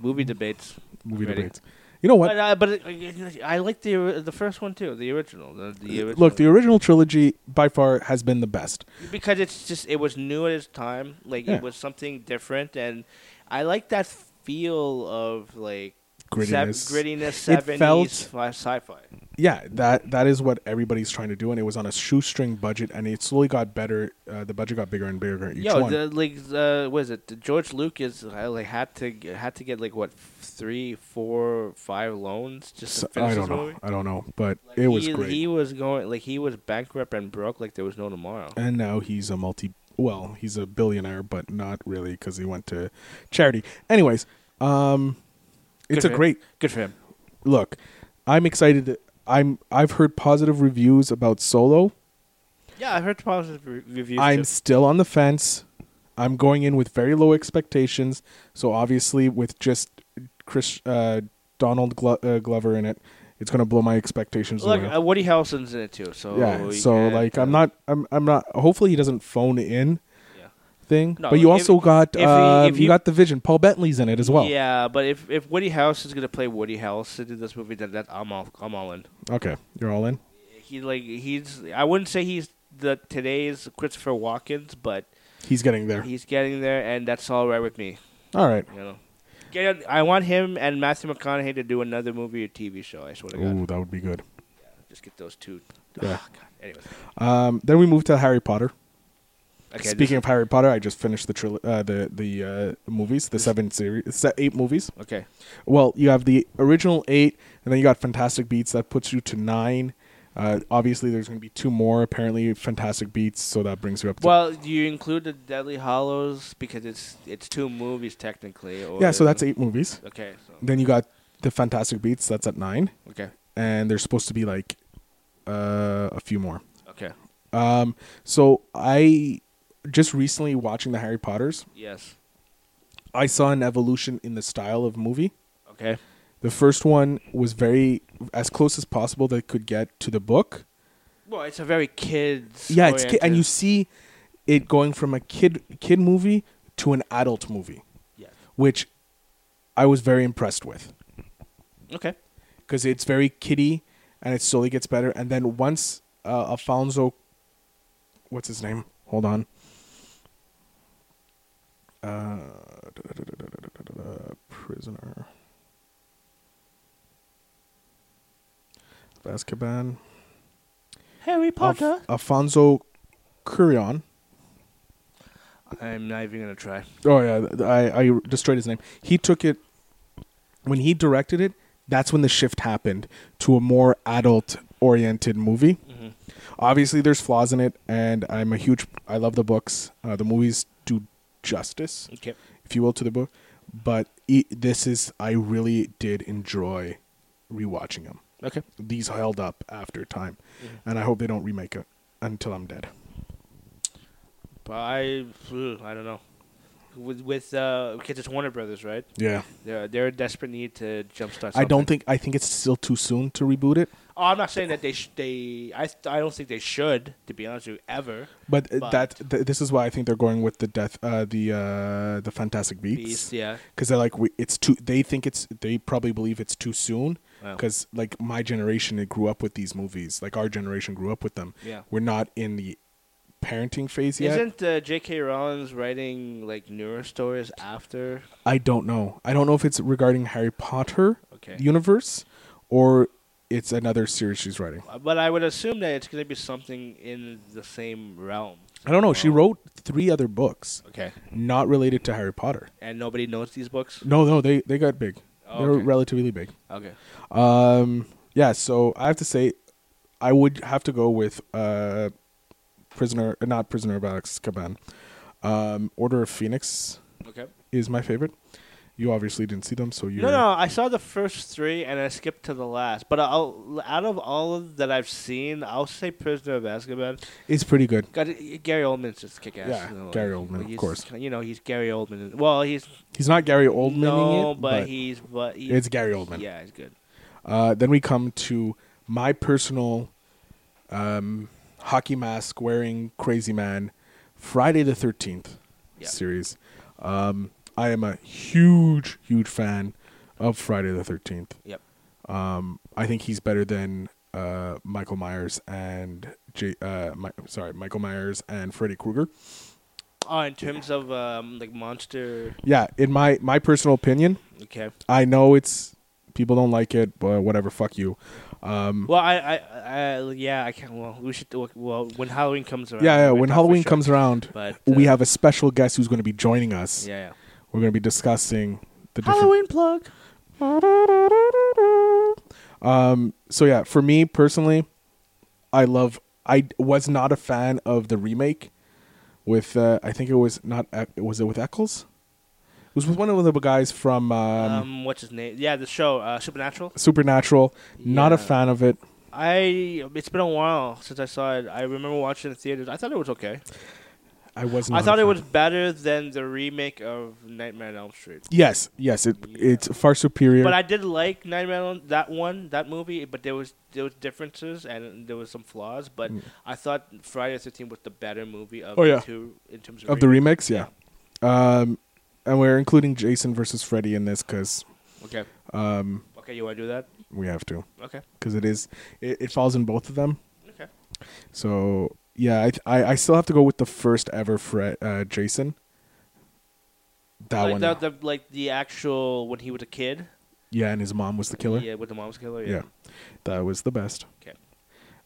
Movie debates.
Movie
Ready.
debates. You know
But
what?
uh, but it, I like the or- the first one too, the original, the, the original.
Look, the original trilogy by far has been the best.
because it's just it was new at its time like
Yeah.
it was something different and i like that feel of like
grittiness.
Sep- grittiness,
It felt-
seventies sci-fi.
yeah, that that is what everybody's trying to do, and it was on a shoestring budget, and it slowly got better. Uh, the budget got bigger and bigger each
Yo,
one.
the, like, uh, what is it? The George Lucas uh, like had to had to get like what three, four, five loans just
So-
to finish
I don't
this
know.
movie.
I don't know, but
Like,
it was
he,
great.
He was going like he was bankrupt and broke like there was no tomorrow.
and now he's a multi. Well, he's a billionaire, but not really because he went to charity. Anyways, um,
Good
it's a
for him.
great
Good for him.
look. I'm excited. I'm I've heard positive reviews about Solo.
Yeah, I heard positive re- reviews.
I'm
too.
still on the fence. I'm going in with very low expectations. So obviously, with just Chris uh, Donald Glo- uh, Glover in it, it's going to blow my expectations
Look,
away.
uh, Woody Harrelson's in it too. So
yeah.
we
So
can't,
like,
uh,
I'm not. I'm. I'm not. Hopefully, he doesn't phone in
Yeah.
thing.
No,
but you
if-
also got.
if he-
uh,
if
you
he-
got the vision. Paul Bentley's in it as well.
Yeah, but if if Woody Harrelson's gonna play Woody Harrelson in this movie, then that I'm all I'm all in.
Okay, you're all in.
He like he's I wouldn't say he's the today's Christopher Watkins, but
He's getting there.
he's getting there, and that's all right with me.
all right.
You know, Get- I want him and Matthew McConaughey to do another movie or TV show. I swear to Oh God,
Ooh, that would be good.
just get those two.
Yeah.
Ah, God. Anyways,
Um, then we move to Harry Potter.
okay,
Speaking of Harry Potter, I just finished the tril- uh, the the uh, movies, the seven series, se- eight movies.
this- okay,
Well, you have the original eight, and then you got Fantastic Beats. That puts you to nine. Uh, obviously, there's going to be two more. Apparently, Fantastic Beats, so that brings you up. to
well, do you include the Deadly Hollows because it's it's two movies technically? Or
yeah, so that's eight movies.
Okay, so,
Then you got the Fantastic Beats. That's at nine,
okay,
and there's supposed to be like uh, a few more.
okay,
Um, so I just recently watching the Harry Potters,
yes,
I saw an evolution in the style of movie.
okay,
The first one was very as close as possible they could get to the book.
Well, it's a very kids.
Yeah, it's ki- and you see it going from a kid kid movie to an adult movie,
Yeah.
which I was very impressed with
Okay.
because it's very kiddie and it slowly gets better. And then once uh, Alfonso, what's his name? Hold on. Uh, prisoner. Azkaban.
Harry
Alf- Alfonso Curion.
I'm not even gonna try.
Oh yeah, th- I, I destroyed his name. He took it when he directed it. That's when the shift happened to a more adult-oriented movie. Obviously, there's flaws in it, and I'm a huge. I love the books. Uh, the movies do justice,
Okay.
if you will, to the book. But e this is. I really did enjoy rewatching them.
Okay.
These held up after time, and I hope they don't remake it until I'm dead.
But I, ugh, I don't know. With with uh, because it's Warner Brothers, right?
Yeah.
They're they're a desperate need to jumpstart. Something.
I don't think I think it's still too soon to reboot it,
Oh, I'm not saying that they sh- they. I th- I don't think they should. To be honest with you, ever.
but, uh,
But-
that th- this is why I think they're going with the death uh, the uh, the Fantastic Beasts
Beast, yeah.
because they're like we, it's too they think it's they probably believe it's too soon
Wow.
because like my generation it grew up with these movies like our generation grew up with them
Yeah.
we're not in the parenting phase yet
Isn't uh, J.K. Rowling's writing like newer stories after?
I don't know I don't know if it's regarding Harry Potter
Okay.
universe or it's another series she's writing
Uh, But I would assume that it's gonna be something in the same realm.
I don't know she
Oh.
wrote three other books
Okay.
not related to Harry Potter.
And nobody knows these books.
No, no, they they got big.
Oh,
they were
okay.
relatively big.
Okay.
Um, yeah. So I have to say, I would have to go with uh, prisoner, uh, not prisoner of Azkaban. Um, Order of Phoenix
Okay.
is my favorite. You obviously didn't see them, so you.
No, no, I saw the first three and I skipped to the last. But I'll, out of all of that I've seen, I'll say Prisoner of Azkaban.
It's pretty good.
God, uh, Gary Oldman's just kick ass.
Yeah, Gary Oldman, of course.
You know, he's Gary Oldman. Well, he's
He's not Gary Oldman.
no,
it,
but, he's but he,
it's Gary Oldman.
Yeah, he's good.
Uh, then we come to my personal um, hockey mask wearing crazy man, Friday the 13th
Yeah.
series. Um, I am a huge, huge fan of Friday the 13th.
Yep.
I think he's better than uh, Michael Myers and J- uh, Mi- sorry, Michael Myers and Freddy Krueger.
Oh, in terms of um, like monster.
Yeah, in my my personal opinion,
Okay.
I know it's People don't like it, but whatever. Fuck you. Um,
Well, I, I, I, yeah, I can't. Well, we should. Well, when Halloween comes around.
yeah, yeah.
we'll talk
When
for
Halloween
sure.
comes around,
But,
we
uh,
have a special guest who's going to be joining us.
Yeah, yeah.
We're going to be discussing the different.
Halloween plug.
Um, so yeah, for me personally, I love. I was not a fan of the remake with. Uh, I think it was not. Eck- Was it with Eccles? It was with one of the guys from um,
Um, what's his name? Yeah, the show uh, Supernatural.
Supernatural. Not a
yeah.
fan of it.
I. It's been a while since I saw it. I remember watching it in theaters. I thought it was okay.
I was. Not
I
a
thought it
fan.
was better than the remake of Nightmare on Elm Street.
Yes, yes. It
Yeah.
it's far superior.
But I did like Nightmare on that one, that movie. But there was there was differences and there was some flaws. But I thought Friday the Thirteenth was the better movie of
Mm. Oh,
the
yeah.
two in terms of,
of the
remake.
remix, yeah. Um, and we're including Jason versus Freddy in this because
Okay. Um. Okay, you want to do that?
we have to
Okay.
because it is it, it falls in both of them.
Okay.
So yeah, I th- I, I still have to go with the first ever Fred uh, Jason. That
like
one,
The, the, like the actual when he was a kid.
yeah, and his mom was the killer.
Yeah, with the mom's killer.
Yeah.
Yeah.
that was the best.
Okay.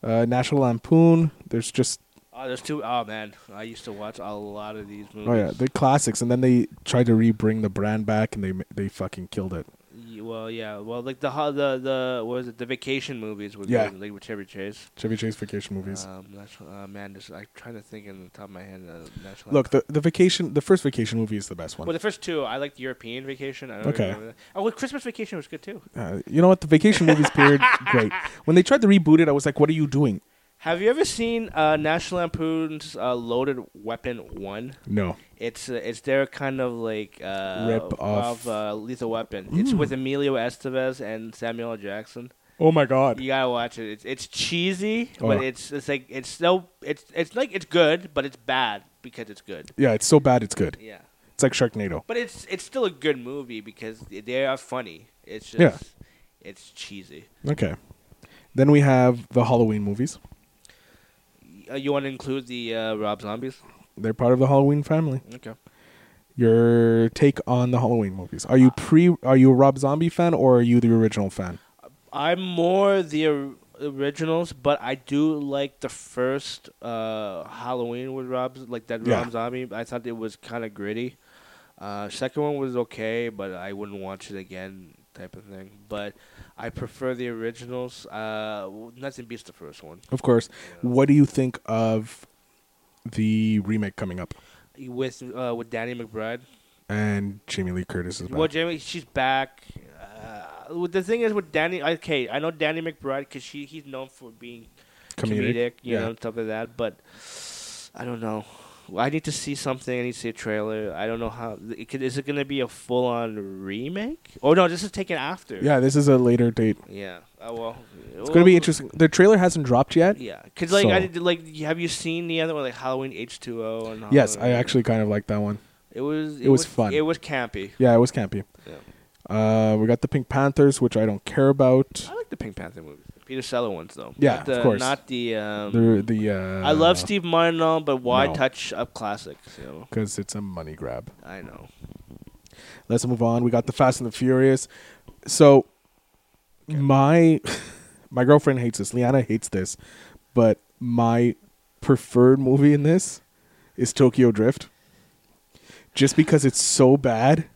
Uh, National Lampoon. There's just
Oh, there's two oh man, I used to watch a lot of these movies.
oh yeah, the classics, and then they tried to re-bring the brand back, and they ma- they fucking killed it.
Y- Well, yeah. Well, like the ho- the the what was it the vacation movies with
Yeah.
yeah. like with Chevy Chase.
Chevy Chase vacation movies.
Um, that's, uh, man, this, I'm trying to think in the top of my head. Uh, national
Look, the the vacation, the first vacation movie is the best one.
well, the first two, I liked European Vacation. I don't
Okay.
remember that. Oh, well, Christmas Vacation was good too.
Uh, you know what? The vacation movies period, great. When they tried to reboot it, I was like, "What are you doing?"
Have you ever seen uh, National Lampoon's uh, Loaded Weapon One?
No.
It's uh, it's their kind of like uh,
Rip off. Mm.
of uh, Lethal Weapon. It's with Emilio Estevez and Samuel L. Jackson.
Oh my god.
You gotta watch it. It's it's cheesy,
Oh.
but it's it's like it's so it's it's like it's good, but it's bad because it's good.
Yeah, it's so bad, it's good.
Yeah,
It's like Sharknado.
but it's it's still a good movie because they are funny. It's just
Yeah.
it's cheesy.
Okay. Then we have the Halloween movies.
Uh, you want to include the uh, Rob Zombies?
They're part of the Halloween family.
Okay.
Your take on the Halloween movies? Are you pre? Are you a Rob Zombie fan or are you the original fan?
I'm more the or- originals, but I do like the first uh, Halloween with Rob, like that
Yeah.
Rob Zombie. I thought it was kind of gritty. Uh, second one was okay, but I wouldn't watch it again, type of thing. But I prefer the originals. Uh, w- nothing beats the first one.
Of course. What do you think of the remake coming up
With uh, with Danny McBride.
and Jamie Lee Curtis is back?
Well, Jamie, she's back. Uh, well, the thing is with Danny, okay, I know Danny McBride because she he's known for being comedic, you
yeah.
know, stuff like that. But I don't know. I need to see something. I need to see a trailer. I don't know how. It could, is it going to be a full on remake? Oh no, this is taken after.
Yeah, this is a later date.
Yeah. Oh well.
It's gonna be interesting. The trailer hasn't dropped yet.
Yeah, cause like I
So-
did, like have you seen the other one like Halloween H two O and
Yes, I
Halloween-
actually kind of like that one.
it was
it was fun.
it was campy
Yeah, it was campy.
yeah.
Uh, we got the Pink Panthers, which I don't care about.
I like the Pink Panther movies the Peter Sellers ones though
Yeah,
not
of
the,
course.
not the um,
The the uh,
I love Steve Martin all but why
no.
touch up classics you know
because it's a money grab.
I know
Let's move on. We got the Fast and the Furious. So my my girlfriend hates this. Liana hates this, but my preferred movie in this is Tokyo Drift. Just because it's so bad,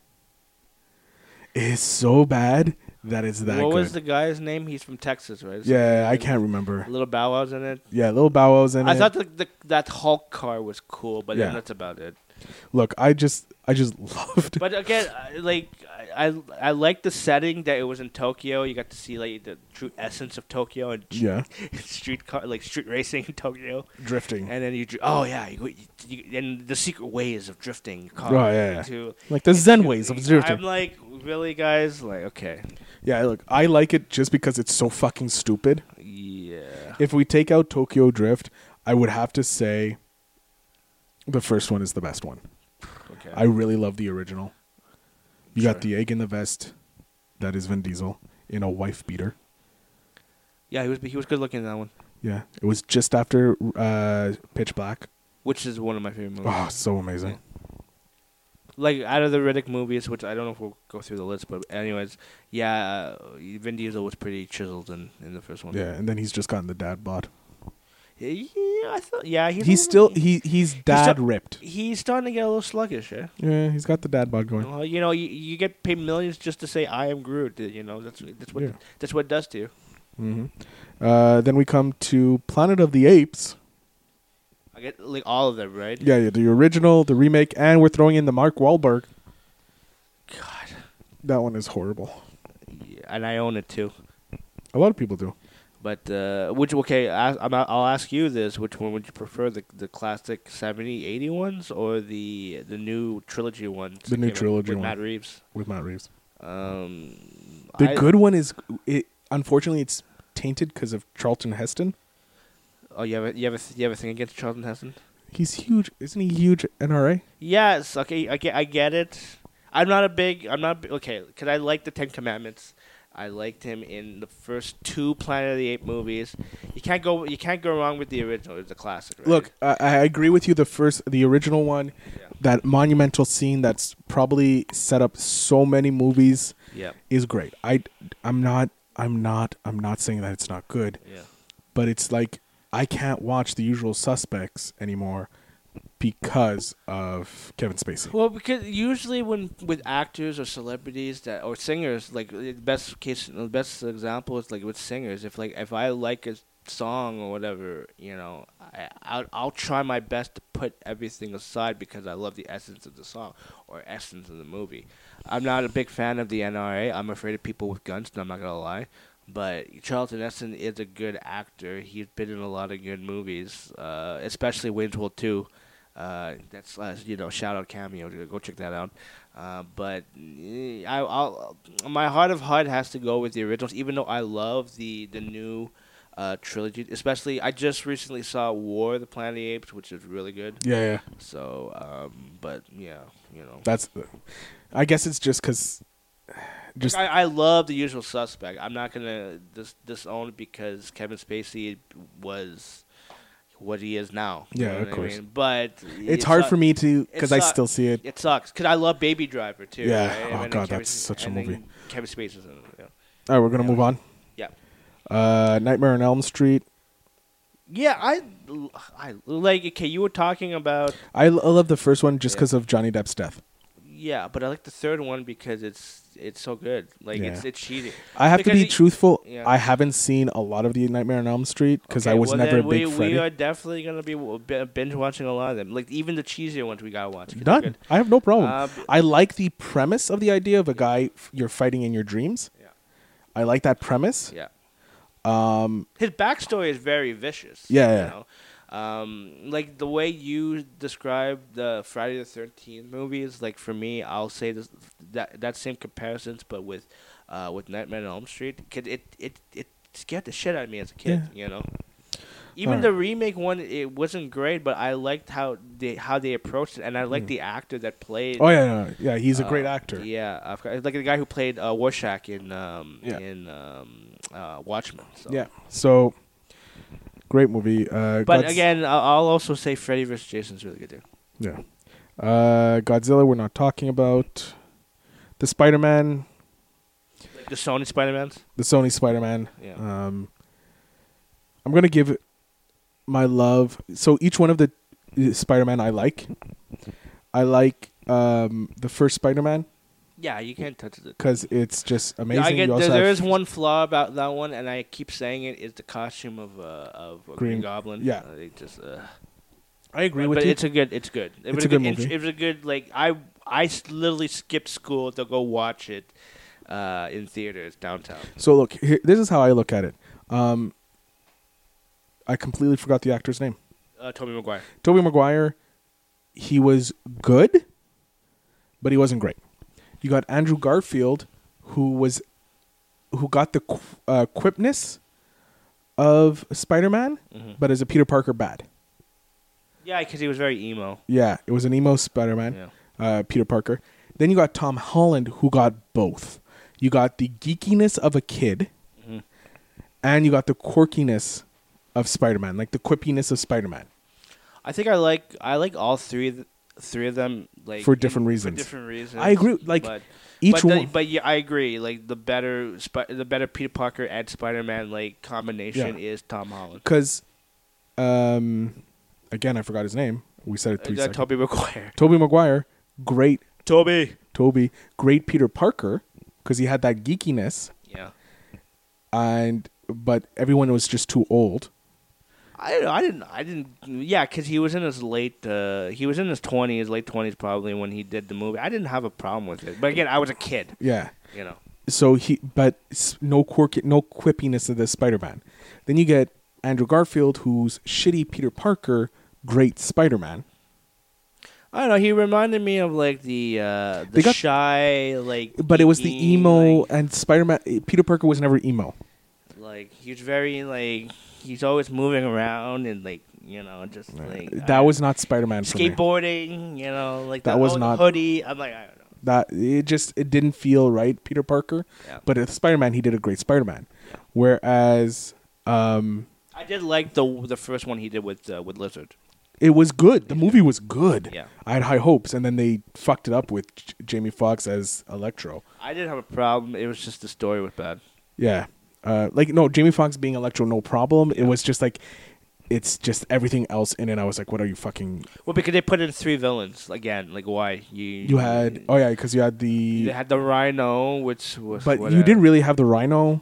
it's so bad that it's that
what
good.
was the guy's name? He's from Texas, right?
yeah, I can't remember.
Little Bow Wow's in it.
Yeah, Little Bow Wow's in
I
it.
thought the, the, that Hulk car was cool, but
Yeah.
then that's about it.
Look, I just I just loved.
But again, I- like I, I, I like the setting that it was in Tokyo. You got to see like the true essence of Tokyo and
Yeah.
street car, like street racing in Tokyo.
drifting.
And then you, dr- oh yeah, you, go- you, you, and the secret ways of drifting. Car
Oh, yeah, yeah.
into-
Like the Zen ways of
I'm
drifting.
like, really, guys? Like, okay,
yeah, look, I like it just because it's so fucking stupid.
yeah.
If we take out Tokyo Drift, I would have to say the first one is the best one.
Okay.
I really love the original. You got
Sure.
the egg in the vest. That is Vin Diesel in a wife beater.
yeah, he was he was good looking in that one,
Yeah, it was just after uh, Pitch Black.
Mm-hmm. which is one of my favorite movies.
Oh, so amazing.
like out of the Riddick movies, which I don't know if we'll go through the list, but anyways, yeah, uh, Vin Diesel was pretty chiseled in, in the first one.
Yeah, and then he's just gotten the dad bod.
yeah, I thought, yeah, he's, a
He's
little-
still he he's dad ripped.
he's starting to get a little sluggish. Yeah,
Yeah, he's got the dad bod going.
well, you know, you, you get paid millions just to say I am Groot. You know, that's that's what
Yeah.
that's what it does to you.
hmm Uh, then we come to Planet of the Apes.
I get like all of them, right?
Yeah, yeah, the original, the remake, and we're throwing in the Mark Wahlberg.
God,
That one is horrible.
yeah, and I own it too.
A lot of people do.
But uh, which okay, I, I'm, I'll ask you this: Which one would you prefer, the the classic 70, 80 ones, or the the new trilogy ones?
The new
that came out
trilogy
with
one.
Matt Reeves.
with Matt Reeves.
Um,
The
I-
good one is it. Unfortunately, it's tainted because of Charlton Heston.
Oh, you have a, you have a, th- you have a thing against Charlton Heston?
He's huge, isn't he? Huge NRA.
Yes. Okay, I get I get it. I'm not a big. I'm not a bi- okay. Cause I like the Ten Commandments. I liked him in the first two Planet of the Apes movies. You can't go. You can't go wrong with the original. It's a classic. Right?
Look, I, I agree with you. The first, the original one, that monumental scene that's probably set up so many movies
Yeah.
is great. I, I'm not, I'm not, I'm not saying that it's not good,
Yeah.
but it's like I can't watch The Usual Suspects anymore because of Kevin Spacey.
Well, because usually when with actors or celebrities that or singers, like the best case, the best example is like with singers. If like if I like a song or whatever, you know, I I'll, I'll try my best to put everything aside because I love the essence of the song or essence of the movie. I'm not a big fan of the NRA. I'm afraid of people with guns. And I'm not gonna lie. But Charlton Heston is a good actor. He's been in a lot of good movies, uh, especially Wayne's World 2. Uh, that's uh, you know shout out cameo. Go check that out. Uh, but eh, I, I'll my heart of heart has to go with the originals, even though I love the the new uh, trilogy. Especially, I just recently saw War of the Planet of the Apes, which is really good.
Yeah, yeah.
So, um, but yeah, you know,
That's. I guess it's just because. Just
I, I love The Usual Suspect. I'm not gonna dis- disown it because Kevin Spacey was what he is now. You
Yeah,
know
of
what I
course.
mean? But
it's hard
not-
for me to
it
because I
suck-
still see it.
It sucks because I love Baby Driver too.
Yeah.
right?
Oh,
then
God,
Kevin-
that's such a
and then
movie.
Kevin Spacey's in it. Yeah.
All right, we're gonna
Yeah.
move on.
yeah.
Uh, Nightmare on Elm Street.
Yeah, I, I like. Okay, you were talking about
I, l- I love the first one
Yeah.
just because of Johnny Depp's death.
yeah, but I like the third one because it's it's so good. Like
Yeah.
it's it's cheating.
I have
Because
to be
it-
truthful.
yeah.
I haven't seen a lot of the Nightmare on Elm Street because I
Okay,
was
well,
never a
then
big
we,
Freddy.
We are definitely gonna be w- b- binge watching a lot of them. Like even the cheesier ones we gotta watch. 'cause they're
Done.
good.
I have no problem.
Uh, b-
I like the premise of the idea of a guy f- you're fighting in your dreams.
Yeah.
I like that premise.
Yeah. Um, his backstory is very vicious.
Yeah,
you
yeah.
know? Um, like the way you describe the Friday the Thirteenth movies, like for me, I'll say this that that same comparisons, but with, uh, with Nightmare on Elm Street, 'cause it it it scared the shit out of me as a kid.
Yeah.
You know. Even
Alright.
the remake one, it wasn't great, but I liked how they how they approached it, and I liked the actor that played.
Hmm. Oh yeah, yeah, yeah. He's a great
Uh,
actor.
Yeah, I've got, like the guy who played uh, Warshak in um,
Yeah.
in um, uh, Watchmen. So.
Yeah. So great movie. Uh,
But
Godz-
again, I- I'll also say Freddy vs. Jason's really good too.
yeah. Uh, Godzilla. We're not talking about the Spider-Man,
Like the Sony Spider-Man's.
the Sony Spider-Man.
Yeah.
Um, I'm gonna give my love. So each one of the uh, Spider-Man I like. I like um, the first Spider-Man
Yeah, you can't touch it.
because it's just amazing.
I get
You also
there, there
have-
is one flaw about that one, and I keep saying it is the costume of uh, of Green,
Green-
Goblin.
yeah.
Uh, they just. Uh,
I agree
but
with you.
it's a good. It's good. It
It's
was
a good
int-
movie.
It was a good. Like I, I s- literally skipped school to go watch it, uh, in theaters downtown.
So look, here, this is how I look at it. Um, I completely forgot the actor's name.
Uh, Tobey Maguire.
Tobey Maguire, he was good, but he wasn't great. You got Andrew Garfield, who was, who got the qu- uh, quipness of Spider-Man,
Mm-hmm.
but as a Peter Parker bad.
Yeah, because he was very emo.
Yeah, it was an emo Spider-Man,
Yeah.
uh, Peter Parker. Then you got Tom Holland, who got both. You got the geekiness of a kid, and you got the quirkiness of Spider-Man, like the quippiness of Spider-Man.
I think I like I like all three of th- three of them like
For different reasons.
For different reasons.
I agree, like,
but,
each
but the-
one-
but yeah, I agree. Like the better, Spi- the better Peter Parker and Spider Man like combination is Tom Holland.
because, um, again, I forgot his name. We said it three
Uh,
seconds.
Toby McGuire.
Toby Maguire, great
Toby.
Toby, great Peter Parker, because he had that geekiness,
Yeah.
and but everyone was just too old.
I don't know. I didn't. I didn't. Yeah, because he was in his late. Uh, he was in his twenties, late twenties, probably when he did the movie. I didn't have a problem with it, but again, I was a kid.
Yeah.
You know.
So he, but s- no quirky, no quippiness of the Spider-Man. Then you get Andrew Garfield, who's shitty Peter Parker, great Spider-Man.
I don't know. He reminded me of like the uh, the
They got-
shy, like.
But it was the
geeky,
emo
Like,
and Spider-Man. eh, Peter Parker was never emo.
like he's very like he's always moving around and like you know just like
that
uh,
was not Spider-Man for me.
skateboarding. You know, like
That
the
was
old
not-
hoodie. I'm like I don't know.
that it just it didn't feel right peter parker
Yeah.
but with spider-man he did a great spider-man whereas um
I did like the the first one he did with uh, with Lizard.
it was good the movie was good
Yeah.
i had high hopes and then they fucked it up with J- jamie Foxx as electro
I didn't have a problem. It was just the story was bad.
yeah uh like no jamie Foxx being electro no problem it was just like it's just everything else in it i was like what are you fucking
Well, because they put in three villains again. Like why you you
you had oh yeah because you had the
you had uh, the Rhino, which was
but
whatever.
you didn't really have the rhino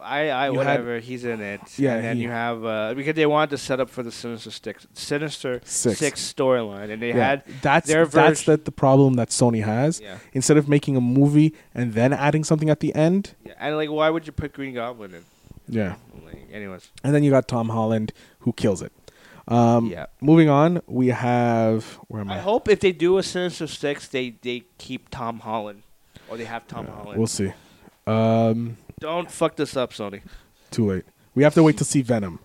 I I
you had-
whatever he's in it.
Yeah,
and then
he-
you have uh, because they wanted to set up for the Sinister Six Sinister
Six.
Six, storyline, and they
Yeah,
had
that's
their
that's
version.
the, the problem that Sony has.
Yeah.
Instead of making a movie and then adding something at the end,
yeah, and like why would you put Green Goblin in?
yeah.
Like, anyways,
And then you got Tom Holland who kills it.
yeah.
Moving on, we have where am I?
I hope if they do a Sinister Six, they they keep Tom Holland, or they have Tom Holland.
we'll see. Um,
Don't fuck this up, Sony.
Too late. We have to wait to see Venom,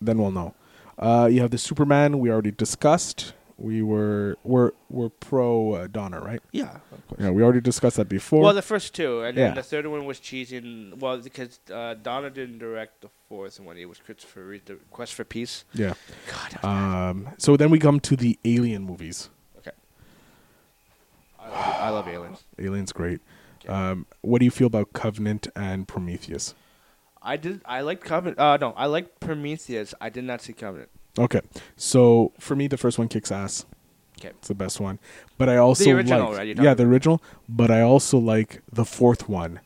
then we'll know. Uh, you have the Superman we already discussed. We were we're we're pro uh, Donner, right?
Yeah.
Yeah, we already discussed that before.
Well, the first two, and then
Yeah.
the third one was cheesy. And, well, because uh, Donna didn't direct the fourth one; it was Christopher Reeve, the Quest for Peace.
yeah.
God. I-
Um, so then we come to the Alien movies.
okay. I love, I love aliens.
Alien's great. Um, what do you feel about Covenant and Prometheus?
I did. I liked Covenant. Uh, no, I liked Prometheus. I did not see Covenant.
Okay, so for me, the first one kicks ass.
Okay.
It's the best one, but I also
original,
liked-
right, you're talking
yeah, the
about.
original. But I also like the fourth one.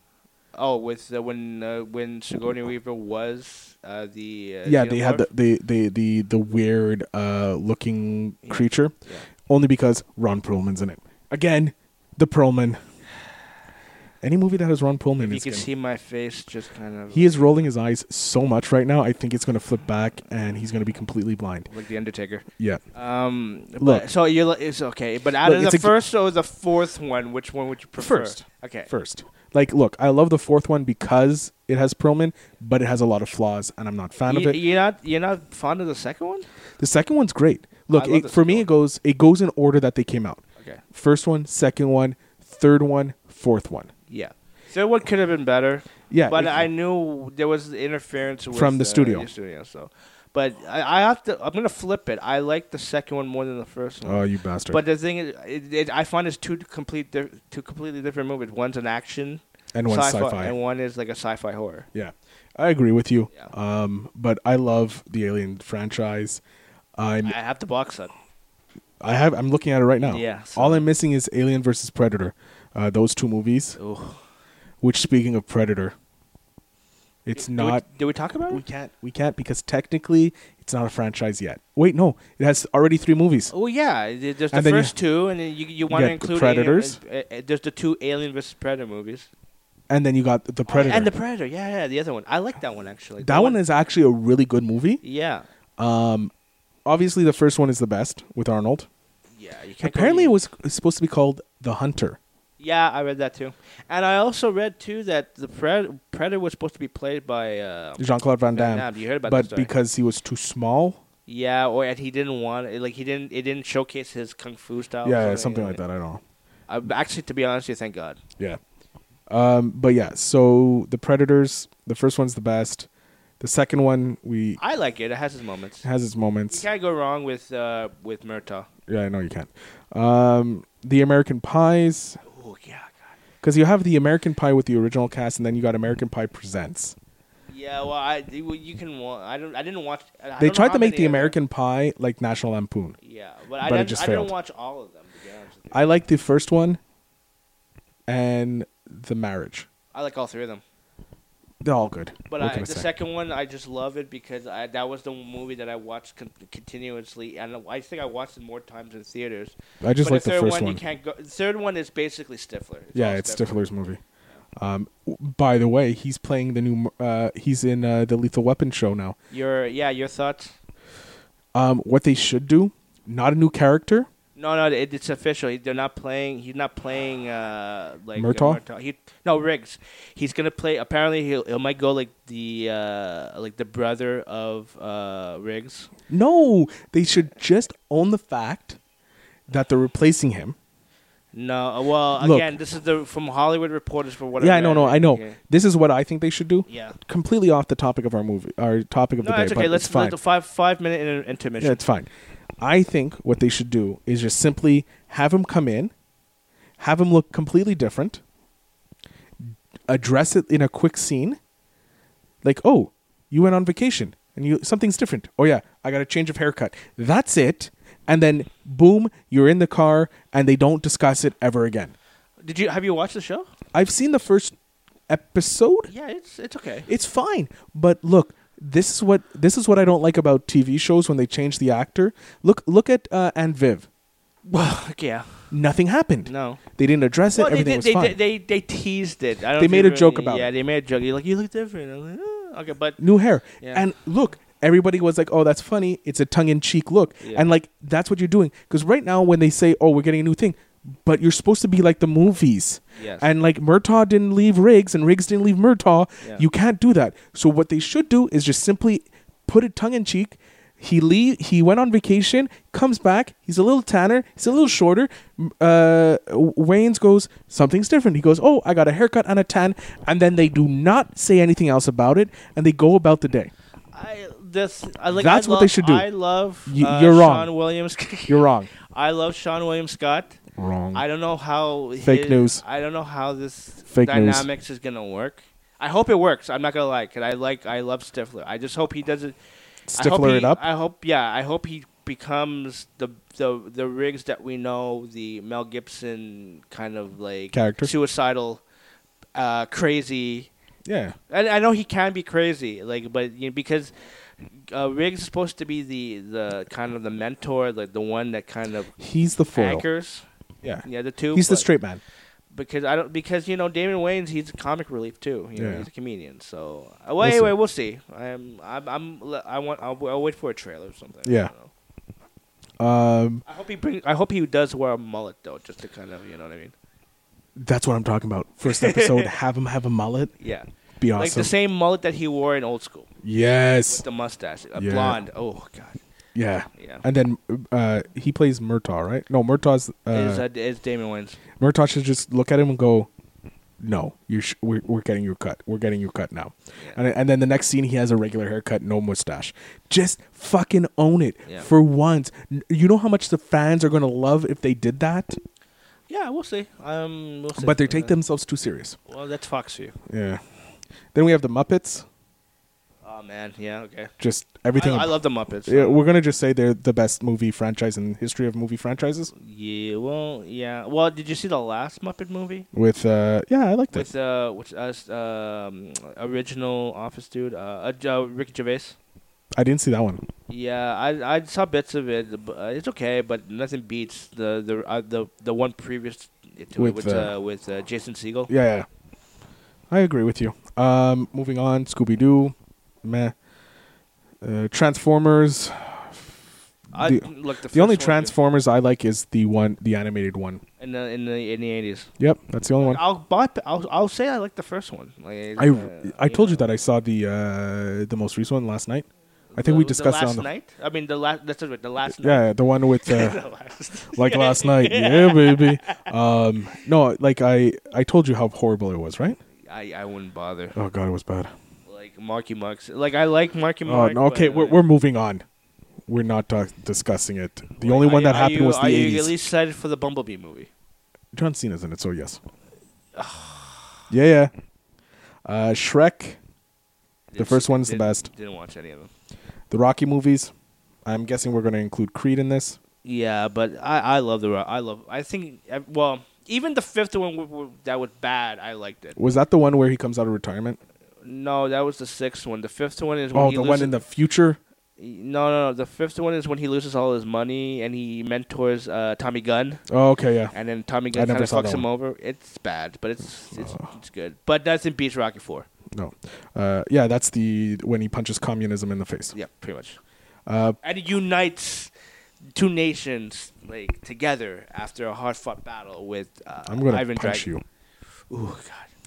Oh, with uh, when uh, when Sigourney Weaver was uh, the uh,
yeah, they had the
xenomorph?
the the the, the weird uh, looking creature,
Yeah.
only because Ron Perlman's in it. Again, the Perlman. Any movie that has Ron Perlman,
If you
it's
can
gonna-
see my face, just kind of
he is rolling his eyes so much right now. I think it's going to flip back, and he's going to be completely blind.
like the Undertaker.
Yeah.
Um, but-
Look.
so you li- it's okay, but out
Look,
of
it's
the
a g-
first or the fourth one, which one would you prefer?
first.
okay,
First. Like, look, I love the fourth one because it has Perlman, but it has a lot of flaws, and I'm not a fan
You,
of it.
you're not you're not fond of the second one.
The second one's great. Look,
I love
it,
the
for
second
me,
one.
it goes it goes in order that they came out.
Okay,
First one, second one, third one, fourth one.
yeah, third one could have been better.
Yeah,
but
it-
I knew there was interference with,
From the
uh,
studio.
studio, so, but I, I have to. I'm gonna flip it. I like the second one more than the first one.
Oh, you bastard!
but the thing is, it, it, I find it's two complete di- two completely different movies. One's an action
And one's sci-fi.
and one is like a sci-fi horror.
yeah, I agree with you.
Yeah.
Um, but I love the Alien franchise. I'm
I have the box set.
I have I'm looking at it right now.
Yeah, so-
All I'm missing is Alien versus Predator. Uh, those two movies.
Ooh.
Which, speaking of Predator, it's
Did we-
not.
Did we, talk about it?
can't. We can't because technically it's not a franchise yet. Wait, no, it has already three movies.
Oh yeah, th- there's the
And then you-
first two, and then you you want to
got the
include
Predators.
Alien, uh, uh, there's the two Alien versus Predator movies.
Oh, And then you got the Predator.
and the Predator. Yeah, yeah, the other one. I like that one actually.
that
The
one is actually a really good movie.
Yeah,
Obviously, the first one is the best with Arnold.
yeah. You can't go
Apparently, it
either.
was supposed to be called The Hunter.
Yeah, I read that too, and I also read too that the Pred- Predator was supposed to be played by. Uh,
Jean Claude Van
Van
Damme.
Damme, you heard about
but
this story.
because he was too small.
yeah, or and he didn't want it, like he didn't it didn't showcase his kung fu style.
yeah, something like that. I don't know.
that. actually, to be honest, with you thank God.
Yeah. Um, but yeah, so the Predators, the first one's the best. The second one we
I like it. It has its moments.
has its
You
moments.
can't go wrong with uh, with Murtaugh.
Yeah, I know you can. Um, the American Pies,
Oh yeah, God.
because you have the American Pie with the original cast, and then you got American Pie Presents.
Yeah, well, I well, you can. wa- I don't. I didn't watch. I don't
They
know
tried
how
to make
many
the
of them.
American Pie like National Lampoon.
Yeah, but I
But it
didn't.
just
I didn't
failed.
watch all of them. To be honest with you.
I like the first one, and the marriage.
I like all three of them.
They're all good.
But
What
I,
can I
the
say?
second one, I just love it because I, that was the movie that I watched con- continuously, and I think I watched it more times in theaters.
I just
but
like
the
the
third
first
one,
one.
you can't go. The third one is basically Stifler.
yeah,
all
it's Stifler's movie. Um, w- by the way, he's playing the new. Uh, he's in uh, the Lethal Weapon show now.
Your yeah, your thoughts?
Um, what they should do? Not a new character.
No, no, it, it's official. They're not playing. He's not playing. Uh, like uh,
Murtaugh?
He no Riggs. He's gonna play. Apparently, he'll, he might go like the uh, like the brother of uh, Riggs.
No, they should just own the fact that they're replacing him.
No, uh, well,
Look.
again, this is the from Hollywood reporters for what.
yeah,
I
I know, no,
read.
I know.
Yeah.
This is what I think they should do.
Yeah.
Completely off the topic of our movie, our topic of
No,
the day.
it's okay.
but
Let's
it's fine.
let the five five minute inter- intermission.
Yeah, it's fine. I think what they should do is just simply have him come in, have him look completely different, address it in a quick scene, like, "Oh, you went on vacation and you something's different. Oh yeah, I got a change of haircut. That's it." And then boom, you're in the car and they don't discuss it ever again.
Did you have you watched the show?
I've seen the first episode.
Yeah, it's it's okay.
It's fine, but look, this is what this is what I don't like about TV shows when they change the actor. Look, look at uh, Aunt Viv.
Well, yeah,
Nothing happened.
no.
They didn't address it.
Well, they,
Everything
did,
was
they,
fine.
did- they, they teased it. I don't
They
think
made a
really-
joke about
Yeah,
it.
they made a joke. You're like, you look different. I was like, "Ah." okay, but
New hair.
Yeah.
And look, everybody was like, "Oh, that's funny. It's a tongue-in-cheek look."
Yeah.
And like that's what you're doing because right now when they say, "Oh, we're getting a new thing," but you're supposed to be like the movies.
Yes.
And like Murtaugh didn't leave Riggs and Riggs didn't leave Murtaugh.
Yeah.
You can't do that. So what they should do is just simply put it tongue in cheek. He leave. He went on vacation. Comes back. He's a little tanner. He's a little shorter. M- Uh, Wayne's goes something's different. He goes, oh, I got a haircut and a tan. And then they do not say anything else about it, and they go about the day.
I this I like.
That's
I
what they
love-
should do.
I love.
Y-
uh,
you're wrong.
Sean Williams.
You're wrong.
I love Sean William Scott.
Wrong.
I don't know how
Fake
his-
news.
I don't know how this
Fake news.
dynamics is gonna work. I hope it works. I'm not gonna lie, 'cause I like I love Stifler. I just hope he doesn't I hope
Stifler
he-
it up.
I hope yeah. I hope he becomes the the the rigs that we know, the Mel Gibson kind of like
Character?
suicidal, uh, crazy.
yeah.
I, I know he can be crazy, like, but you know, because uh, Riggs is supposed to be the the kind of the mentor, like the one that kind of
He's the foil.
anchors.
Yeah.
Yeah, the two.
He's the
but-
straight man.
because I don't because you know Damon Wayans he's a comic relief too. You know,
Yeah.
he's a comedian. So uh, well,
We'll see.
anyway, we'll see. I'm I'm, I'm li- I want I'll, I'll wait for a trailer or something. I
Yeah.
don't know.
Um,
I hope he bring. I hope he does wear a mullet though, just to kind of you know what I mean.
that's what I'm talking about. First episode, have him have a mullet.
Yeah,
Be
like
awesome.
the same mullet that he wore in old school
yes.
with the mustache, a
Yeah.
blonde. Oh God,
Yeah.
Yeah.
And then uh, he plays Murtaugh, right? No, Murtaugh's uh,
is uh, is Damon Wayans?
Murtaugh should just look at him and go, "No, you sh- we're, we're getting you cut. We're getting you cut now."
Yeah.
And and then the next scene, he has a regular haircut, no mustache. Just fucking own it
Yeah.
for once. N- You know how much the fans are gonna love if they did that,
Yeah, we'll see. Um, we'll see.
but they take
Uh,
themselves too serious.
Well, that's Fox View.
Yeah. Then we have the Muppets.
Oh man, yeah, okay.
Just
I,
everything.
I
ab-
love the Muppets.
yeah, we're gonna just say they're the best movie franchise in the history of movie franchises.
yeah, well, yeah. Well, did you see the last Muppet movie?
With uh, yeah, I like that.
with uh, which us um, original Office dude, uh, uh, Jo- Ricky Gervais.
I didn't see that one.
Yeah, I I saw bits of it. But, uh, it's okay, but nothing beats the the uh, the the one previous to
With,
it with uh,
uh,
with uh, Jason Segel.
Yeah, yeah. I agree with you. Um, moving on, Scooby Doo, meh. Uh, Transformers.
I,
the-
look, the,
The only
transform
Transformers I like is the one, the animated one.
in the in the in the eighties.
Yep, that's the only one.
I'll bop, I'll I'll say I like the first one. Like,
I,
uh,
I told you
know.
that I saw the uh, the most recent one last night. I think
The-
we discussed
the
it
last
on the
night. I mean the last that's right, the last night.
yeah the one with uh,
The last-
like last night. Yeah, baby. Um, no, like I I told you how horrible it was, right?
I I wouldn't bother.
Oh god, it was bad.
like Marky Marks. Like I like Marky
Oh,
Mark.
no, okay,
but,
we're
uh,
we're moving on. We're not ta- discussing it. The only one that
Are
happened
you-
was the
Are you
80s.
at least excited for the Bumblebee movie?
John Cena's in it, so yes. yeah, yeah. Uh, Shrek, The first one's the
Didn't-
best.
Didn't watch any of them.
the Rocky movies. I'm guessing we're going to include Creed in this.
Yeah, but I, I love the Ro- I love I think uh, well even the fifth one w- w- that was bad I liked it.
Was that the one where he comes out of retirement?
No, that was the sixth one. The fifth one is when
Oh,
he
the one
loses-
in the future.
no no no the fifth one is when he loses all his money and he mentors uh, Tommy Gunn
Oh, okay, yeah.
and then Tommy
I
Gunn
never
kind of
saw that
fucks him
one. Uh.
over. It's bad, but it's it's, it's good. But that's in Beach Rocky Four.
No, uh, yeah, that's the when he punches communism in the face.
Yeah, pretty much.
Uh,
and it unites two nations like together after a hard fought battle with uh,
I'm going to
Ivan
punch
Drago.
you.
Ooh,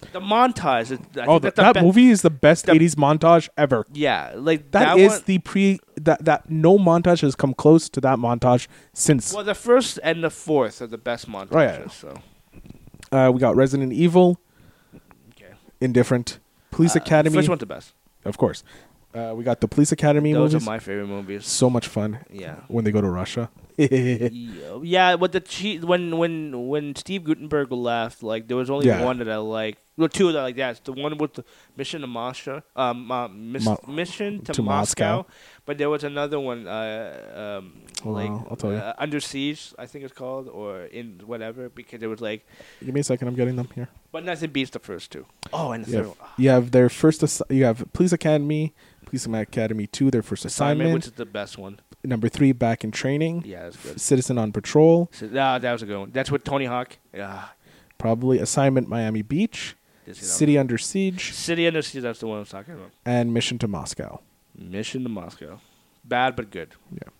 God. The montage. is- I
Oh,
think
the,
that's the
that
be-
movie is the best
the-
'80s montage ever.
Yeah, like
that
that,
is
one-
the pre that that no montage has come close to that montage since.
Well, the first and the fourth are the best montages.
Oh, yeah.
So
Uh, we got Resident Evil,
okay.
Indifferent, Police Academy,
First one's Uh, the best.
of course. Uh, we got the Police Academy
Those
movies.
are my favorite movies.
so much fun.
Yeah.
When they go to Russia.
Yeah, yeah, but the che- when when when Steve Gutenberg left, like there was only
Yeah.
one that I like. Well, two that I like. That's the one with the Mission to Moscow. Um, uh, mis-
Mo-
Mission to,
to Moscow.
Moscow. But there was another one. Uh, um,
Hold
like
on, I'll tell you.
Uh, Under Siege, I think it's called, or in whatever, because it was like.
Give me a second. I'm getting them here.
But nothing beats the first two. Oh, and the
You
third one.
have,
Ah,
you have their first. Assi- you have Police Academy, Police Academy Two, their first
Simon,
assignment.
which is the best one.
Number three, Back in Training.
Yeah, that's good.
Citizen on Patrol,
So, ah, that was a good one. That's with Tony Hawk. Ah, Yeah.
probably assignment Miami Beach,
Did see that
City Under Siege,
City Under Siege. That's the one I was talking about.
and Mission to Moscow.
Mission to Moscow. Bad but good.
Yeah.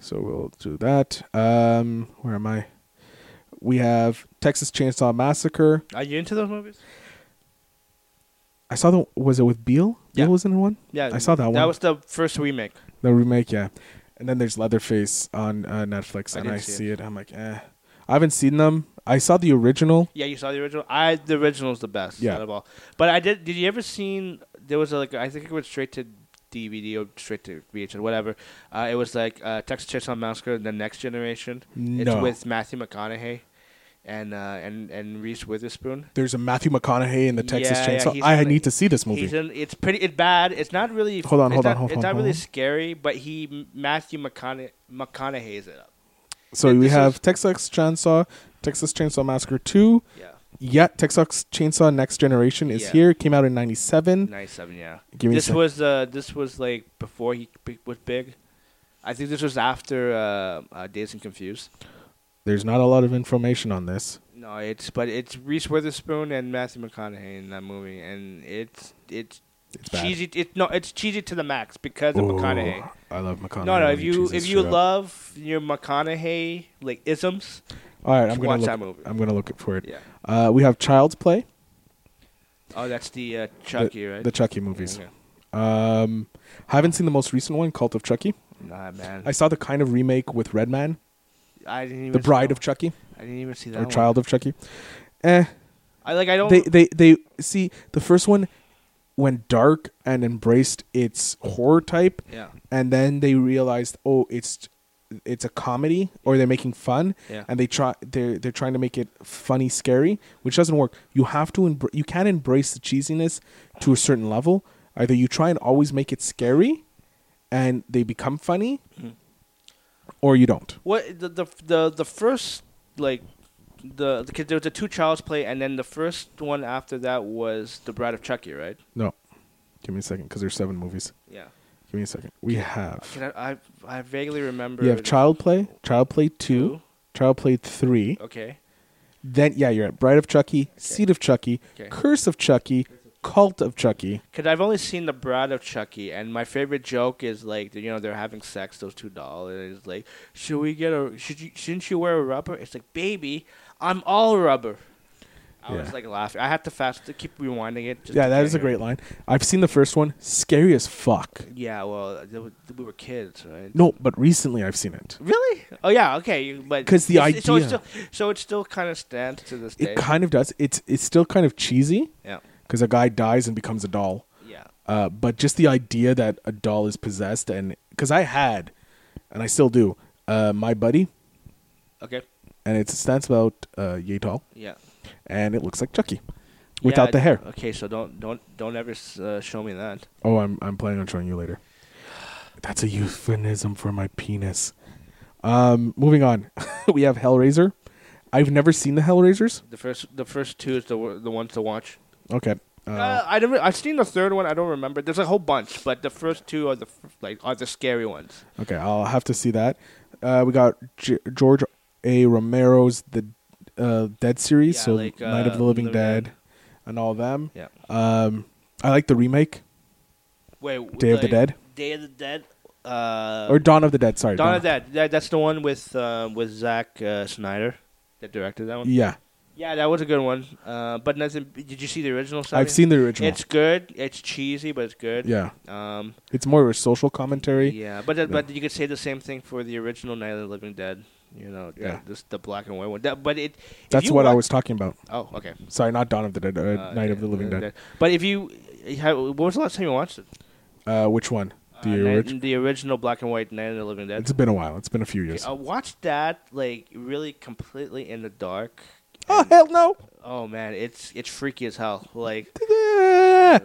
So we'll do that. Um, where am I? We have Texas Chainsaw Massacre.
Are you into those movies?
I saw the. Was it with Beale?
Yeah.
Beale was in one. I saw that one.
That was the first remake.
The remake, yeah. And then there's Leatherface on uh, Netflix,
I
and
didn't
I
see
see it. I'm like, eh. I haven't seen them. I saw the original.
Yeah, you saw the original. I the original's the best
Yeah.
out of all. But I did. Did you ever seen? There was a, like I think it went straight to DVD or straight to VHS, whatever. Uh, it was like uh, Texas Chainsaw Massacre: The Next Generation. It's
No.
with Matthew McConaughey and uh, and and Reese Witherspoon.
There's a Matthew McConaughey in the Texas
Yeah, yeah,
Chainsaw.
he's
I
in it.
need to see this movie.
He's in, it's pretty. It's bad. It's not really.
Hold on,
it's
hold on,
not-
hold
It's
on,
not
hold
really
on.
scary, but he Matthew McCona- McConaughey's it up.
so
yeah,
we
this
have
is-
Texas Chainsaw, Texas Chainsaw Massacre Two.
Yeah,
Yeah, Texas Chainsaw Next Generation is
Yeah.
here. Came out in '97.
nice seven. Yeah.
Give me a
this
sec.
was uh this was like before he b- was big. I think this was after uh, uh, Days and Confused.
There's not a lot of information on this.
No, it's but it's Reese Witherspoon and Matthew McConaughey in that movie, and it's it's,
It's bad.
cheesy. It no, it's cheesy to the max because of
Ooh,
McConaughey.
I love McConaughey.
No, no. If
He
you
cheeses
if you
shit up.
love your McConaughey like isms,
all right, I'm gonna
watch
look,
that movie.
I'm gonna look for it.
yeah.
Uh, we have Child's Play,
Oh, that's the uh,
the-
Chucky, right?
the Chucky movies.
Okay.
Um, haven't seen the most recent one, Cult of Chucky.
Nah, man.
I saw the kind of remake with Redman,
I didn't even
The
see
Bride
that
of Chucky
one. I didn't even see that.
or
one.
Child of Chucky. Eh,
I like. I don't.
they they they see the first one went dark and embraced its horror type,
yeah.
and then they realized, oh, it's it's a comedy or they're making fun
Yeah.
and they try they're they're trying to make it funny scary which doesn't work you have to embr- you can embrace the cheesiness to a certain level either you try and always make it scary and they become funny
Mm-hmm.
or you don't
What the the the, the first like the because there was the two Child's Play, and then the first one after that was the Bride of Chucky, right?
no give me a second because there's seven movies
Yeah.
give me a second we
Can
have
I, I I vaguely remember.
you have
the-
child play child play
Two.
two child play three
Okay.
Then yeah, you're at Bride of Chucky, Seed of Chucky,
Okay.
Curse of Chucky, Cult of Chucky.
Because I've only seen the Bride of Chucky, and my favorite joke is like you know they're having sex, those two dolls, and it's like, should we get a? Should you? Shouldn't you wear a rubber? It's like, baby, I'm all rubber. I
Yeah.
was like laughing. I had to fast to keep rewinding it. just
yeah,
to
that
get
is a
it.
great line. I've seen the first one, scary as fuck.
Yeah, well, there was- we were kids, right?
No, but recently I've seen it.
Really? Oh yeah. Okay. you- But
'Cause the
it's- it's- so, it
idea-
still, so it still kind of stands to this day.
It kind of does. It's it's still kind of cheesy
yeah.
because a guy dies and becomes a doll.
Yeah.
Uh, but just the idea that a doll is possessed and because I had and I still do. Uh, my buddy,
Okay.
and it stands about uh, yay tall,
Yeah.
and it looks like Chucky, without
Yeah,
the hair.
Okay, so don't don't don't ever s- uh, show me that.
Oh, I'm I'm planning on showing you later. That's a euphemism for my penis. Um, moving on, we have Hellraiser. I've never seen the Hellraisers.
The first the first two is the wor- the ones to watch.
Okay. Uh,
Uh, I never I've seen the third one. I don't remember. There's a whole bunch, but the first two are the f- like are the scary ones.
okay, I'll have to see that. Uh, we got G- George A. Romero's the uh, Dead series,
Yeah,
so
like,
Night of
uh,
the Living
Living
Dead,
Dead.
and all them.
Yeah.
Um, I like the remake
Wait.
Day of the Dead?
Day of the Dead. Uh,
or Dawn of the Dead. Sorry,
Dawn of the Dead. That, that's the one with um, with Zack uh, Snyder that directed that one.
Yeah,
Yeah, that was a good one. Uh, but nothing. Did you see the original? Sorry?
I've seen the original.
It's good. It's cheesy, but it's good.
yeah,
Um.
it's more of a social commentary.
Yeah, but that,
Yeah.
but you could say the same thing for the original Night of the Living Dead. You know, the-
Yeah.
this the black and white one. That, but it. if
That's
you
what I
wa-
was talking about.
Oh, okay.
Sorry, not Dawn of the Dead, uh,
Uh,
Night of
yeah,
the Living Dead.
But if you, you have, what was the last time you watched it?
Uh, which one? The
Uh, Night-
original.
the original black and white Night of the Living Dead. oh,
It's been a while. It's been a few years.
I watched that like really completely in the dark.
Oh
And-
hell no!
oh man, it's it's freaky as hell. Like
Ah!
uh,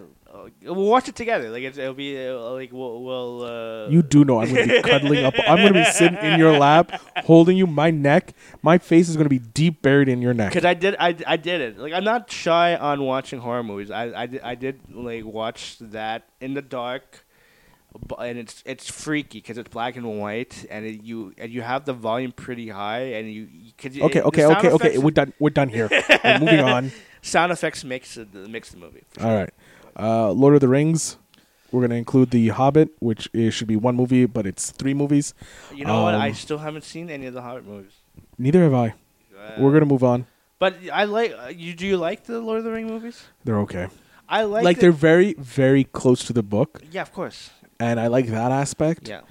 we'll watch it together. Like it's, it'll be uh, like we'll. we'll uh,
You do know I'm gonna be cuddling up. I'm gonna be sitting in your lap, holding you. My neck, my face is gonna be deep buried in your neck.
Because I did, I, I did it. Like I'm not shy on watching horror movies. I, I, did, I did like watch that in the dark, bu- and it's it's freaky because it's black and white, and it, you and you have the volume pretty high, and you cause it-
Okay,
the
okay,
sound
okay, okay.
effects-
We're done. We're done here. We're moving on.
sound effects makes it, makes the movie.
All right. Uh, Lord of the Rings. We're gonna include the Hobbit, which is, should be one movie, but it's three movies.
You know what? I
Um,
still haven't seen any of the horror movies.
Neither have I.
Uh,
We're gonna move on.
But I like uh, you. Do you like the Lord of the Ring movies?
They're okay.
I like.
Like,
the-
they're very, very close to the book,
Yeah, of course.
and I like that aspect.
Yeah.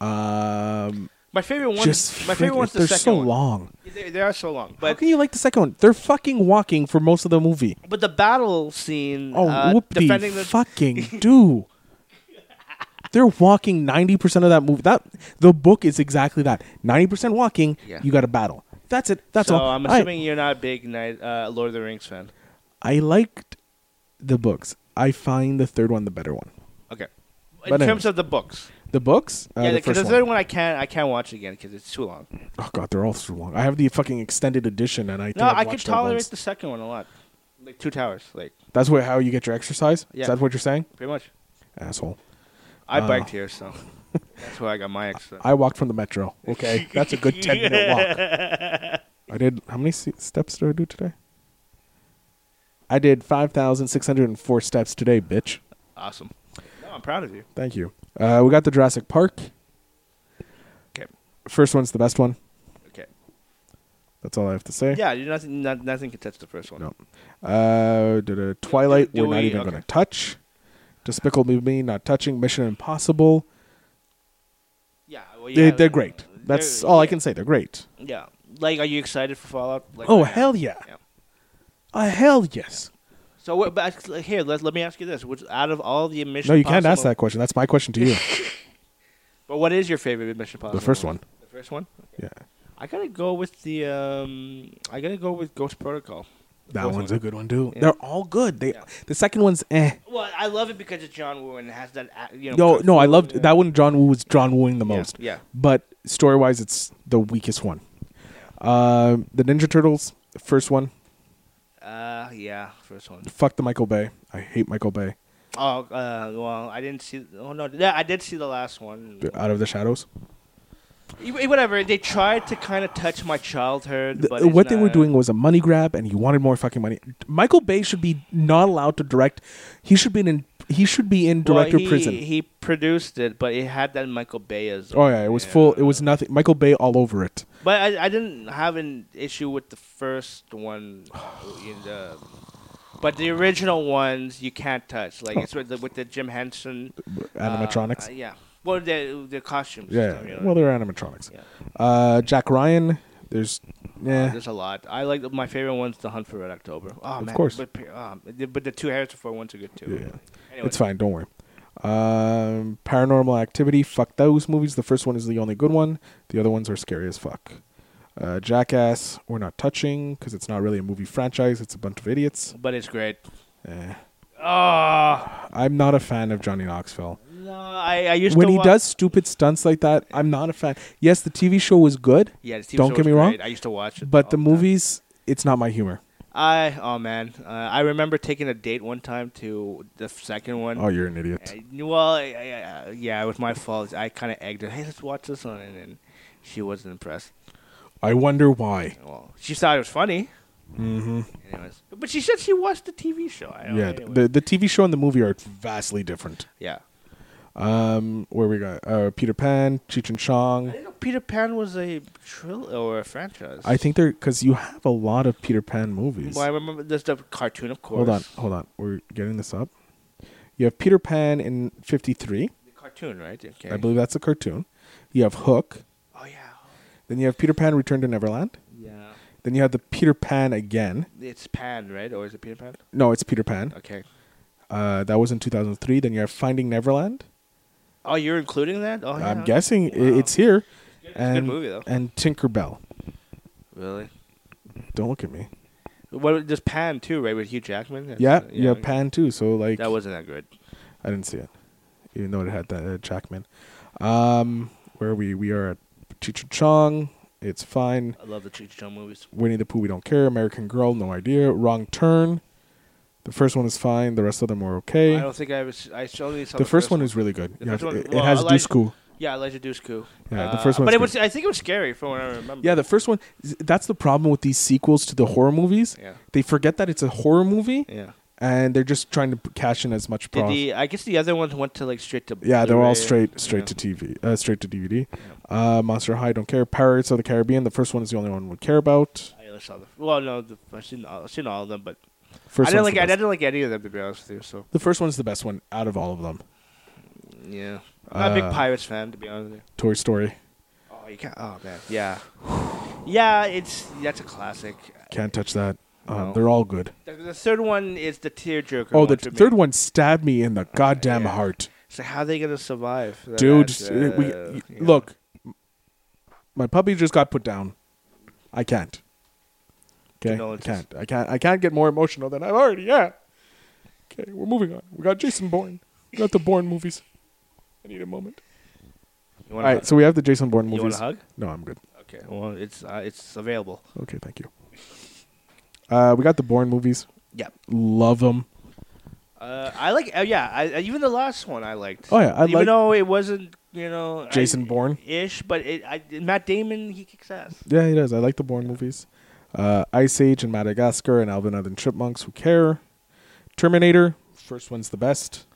Um,
My favorite one.
just
my favorite
freaking-
one's the
they're
second
so
one.
long.
They, they are so long.
How
But
can you like the second one? They're fucking walking for most of the movie.
But the battle scene,
Oh,
uh,
whoop de
defending the
fucking do. They're walking ninety percent of that movie. That the book is exactly that. Ninety percent walking.
Yeah.
You got to battle. That's it. That's
so
all.
I'm
I-
assuming you're not a big night, uh, Lord of the Rings fan.
I, liked the books. I find the third one the better one.
Okay. In
But
terms of the books,
The books. Uh,
yeah,
the
because
first
the third
one.
one I can't, I can't watch again because it's too long.
Oh god, they're all so long. I have the fucking extended edition, and I think
No,
I've
I could
watched that
tolerate
once.
the second one a lot, like Two Towers, like
That's where how you get your exercise.
Yeah.
Is that what you're saying,
pretty much.
asshole?
I
Oh.
biked here, so that's where I got my extra.
I walked from the metro. Okay, that's a good ten minute walk. I did. How many se- steps did I do today? I did five thousand six hundred and four steps today, bitch.
awesome. No, I'm proud of you.
Thank you. Uh, we got the Jurassic Park.
Okay.
First one's the best one.
Okay.
That's all I have to say.
Yeah, you nothing, not, nothing can touch the first one.
No. Uh, da- da- Twilight.
Do- do
we're not
we-
even
okay.
going to touch. Despicable Me. Not touching. Mission Impossible.
Yeah, well,
They-
yeah,
they're great. That's all I
yeah,
can say. They're great.
Yeah. Like, are you excited for Fallout? Like,
Oh,
I am.
hell yeah.
yeah.
Uh, hell yes.
So what, but actually- here, let, let me ask you this: Which out of all the Mission
No, you can't ask
Possible-
that question. That's my question to you.
But what is your favorite Mission Possible?
first one.
The first one.
yeah.
I gotta go with the um. I gotta go with Ghost Protocol. The
That
fourth
one's
one.
a good one too.
Yeah.
They're all good. They
Yeah.
the second one's eh.
Well, I love it because it's John Woo and it has that a- you know.
No,
kung
no, I
fu-
loved
yeah.
that one. John Woo was John Wooing the
Yeah,
most.
yeah.
But story wise, it's the weakest one. Um the Ninja Turtles first one.
Uh, yeah, first one.
Fuck the Michael Bay. I hate Michael Bay.
Oh, uh, well, I didn't see. Oh no, yeah, I did see the last one.
Out of the shadows.
Eh, Whatever. They tried to kind of touch my childhood,
The-
but it's
what they were
not-
doing was a money grab, and he wanted more fucking money. Michael Bay should be not allowed to direct. He should be in. He should be in
Well,
director
he-
prison.
He produced it, but it had that Michael Bayism.
oh yeah, it was full. It was
Yeah.
nothing. Michael Bay all over it.
But I, I didn't have an issue with the first one in the. But the original ones you can't touch. Like it's with the, with the Jim Henson uh,
Animatronics.
uh, yeah. Well, the the costumes.
Yeah,
you know.
well, they're animatronics.
Yeah.
Uh, Jack Ryan, there's
Uh,
yeah,
there's a lot. I like my favorite one's The Hunt for Red October. Oh,
Of
man. uh,
course.
But, pe- um, the- but the two Harrison Ford ones are good too.
Yeah.
Anyway.
it's fine. Don't worry. Um, Paranormal Activity. Fuck those movies. The first one is the only good one. The other ones are scary as fuck. Uh, Jackass. We're not touching because it's not really a movie franchise. It's a bunch of idiots.
But it's great.
Eh.
Oh,
I'm not a fan of Johnny Knoxville.
no, I, I used
when
to
he
wa-
does stupid stunts like that, I'm not a fan. Yes, the TV show was good,
Yeah, the TV
Don't
show
get
was
me wrong,
great. I used to watch it.
but the
all time.
movies, it's not my humor.
I oh man, uh, I remember taking a date one time to the second one.
Oh, you're an idiot.
I- well, I, I, I- yeah, it was my fault. I kind of egged her. Hey, let's watch this one, and, then she wasn't impressed.
I wonder why.
Well, she thought it was funny. Mm-hmm. Anyways, but she said she watched the TV show. I don't,
Yeah,
anyway.
the the TV show and the movie are vastly different.
yeah.
Um, where we got uh, Peter Pan, Cheech and
I
Chong.
didn't know Peter Pan was a trill or a franchise.
I think they're because you have a lot of Peter Pan movies.
Well, I remember there's the cartoon, of course.
Hold on, hold on. We're getting this up. You have Peter Pan in '53.
The cartoon, right? Okay.
I believe that's a cartoon. You have Hook.
Oh yeah.
Then you have Peter Pan Return to Neverland.
Yeah.
Then you have the Peter Pan again.
It's Pan, right? Or is it Peter Pan?
No, it's Peter Pan.
Okay.
Uh, that was in 2003. Then you have Finding Neverland.
Oh, you're including that? Oh,
I'm
yeah.
guessing i-
Wow.
it's here.
It's a good
and,
movie, though.
And Tinkerbell.
Really?
Don't look at me.
What? There's Pan too, right? With Hugh Jackman. That's-
yeah, you have
okay.
Pan too. So like,
That wasn't that good.
I didn't see it, even though it had that uh, Jackman. Um, where are we we are at Cheech and Chong. It's fine.
I love the Cheech and Chong movies.
Winnie the Pooh, we don't care. American Girl, no idea. Wrong Turn. The first one is fine. The rest of them were okay.
I don't think I was. I only saw
the first one is really good.
The
Yeah,
first one-
it, it
well,
has
Elijah-
Dusku.
Yeah, Elijah Dushku.
Yeah, the first
one.
one's
But it
good.
was. I think it was scary from what I remember.
Yeah, the first one. That's the problem with these sequels to the horror movies.
Yeah.
They forget that it's a horror movie,
Yeah.
and they're just trying to p- cash in as much
Did
profit.
the? I guess the other ones went to like straight to.
yeah, they're
Blu-ray.
all straight, straight
Yeah.
to TV, uh, straight to DVD. Uh, Monster High, don't care. Pirates of the Caribbean, the first one is the only one we care about.
I only saw the. Well, no, the, I've seen all, I've seen all of them, but
First
I didn't
one's
like.
the
I
best.
didn't like any of them to be honest with you. So
The first one's the best one out of all of them.
yeah, I'm a
Uh,
big Pirates fan to be honest. with you.
Toy Story,
Oh, you can't. Oh man, yeah, yeah. It's that's a classic.
can't touch that. Uh,
No.
They're all good.
The, the third one is the tearjerker.
Oh, the
one
t-
for me. Uh,
third one stabbed me in the goddamn
yeah.
heart,
So how are they gonna survive, that,
dude.
uh,
we,
you know?
Look, my puppy just got put down. I can't. Okay, I
Condolences.
can't. I can't. I can't get more emotional than I've already. Yeah. Okay, we're moving on. We got Jason Bourne. We got the Bourne movies. I need a moment.
You
All
wanna
right,
hug?
so we have the Jason Bourne
You want
movies.
a hug?
No, I'm good.
Okay. Well, it's uh, it's available.
Okay, thank you. Uh, we got the Bourne movies.
Yeah.
Love them.
Uh, I like. Uh, yeah. I, I- even the last one I liked.
Oh, yeah, I
even
like-
though it wasn't you know I-
Jason Bourne.
ish, but it, I, Matt Damon he kicks ass.
Yeah, he does. I like the Bourne movies. Uh, Ice Age and Madagascar and Alvin and the Chipmunks. Who care? Terminator. First one's the best.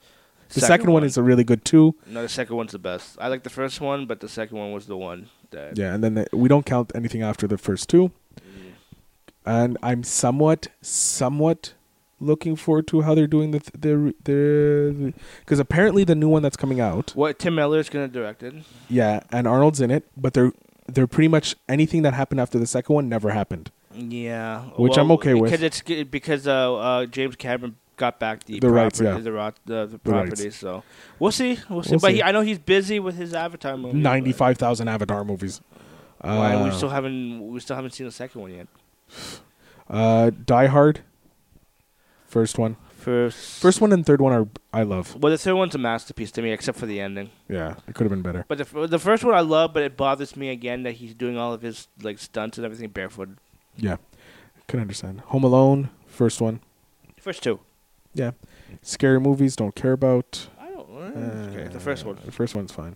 The second, one. is a really good too.
no. The second one's the best. I like the first one, but the second one was the one that.
Yeah, and then the, we don't count anything after the first two. And I'm somewhat, somewhat looking forward to how they're doing the the the because apparently the new one that's coming out.
What Tim Miller's gonna direct it.
Yeah, and Arnold's in it, but they're they're pretty much anything that happened after the second one never happened.
Yeah,
Which I'm okay with.
because it's g- because uh, uh, James Cameron got back the,
The rights,
property-
yeah.
the, ro- the, the
The rights.
property. So we'll see, we'll see.
We'll
but
see.
He, I know he's busy with his Avatar movie. but-
Ninety five thousand Avatar movies.
Why,
Uh,
we still haven't we still haven't seen the second one yet.
Uh, Die Hard. First one.
First,
First one and third one are I love.
Well, the third one's a masterpiece to me, except for the ending.
Yeah, it could have been better.
But the f- the first one I love, but it bothers me again that he's doing all of his like stunts and everything barefooted.
Yeah, could understand. Home Alone. First one.
First two,
Yeah. Scary movies don't care about.
I don't. eh, okay, the first one.
The first one's fine.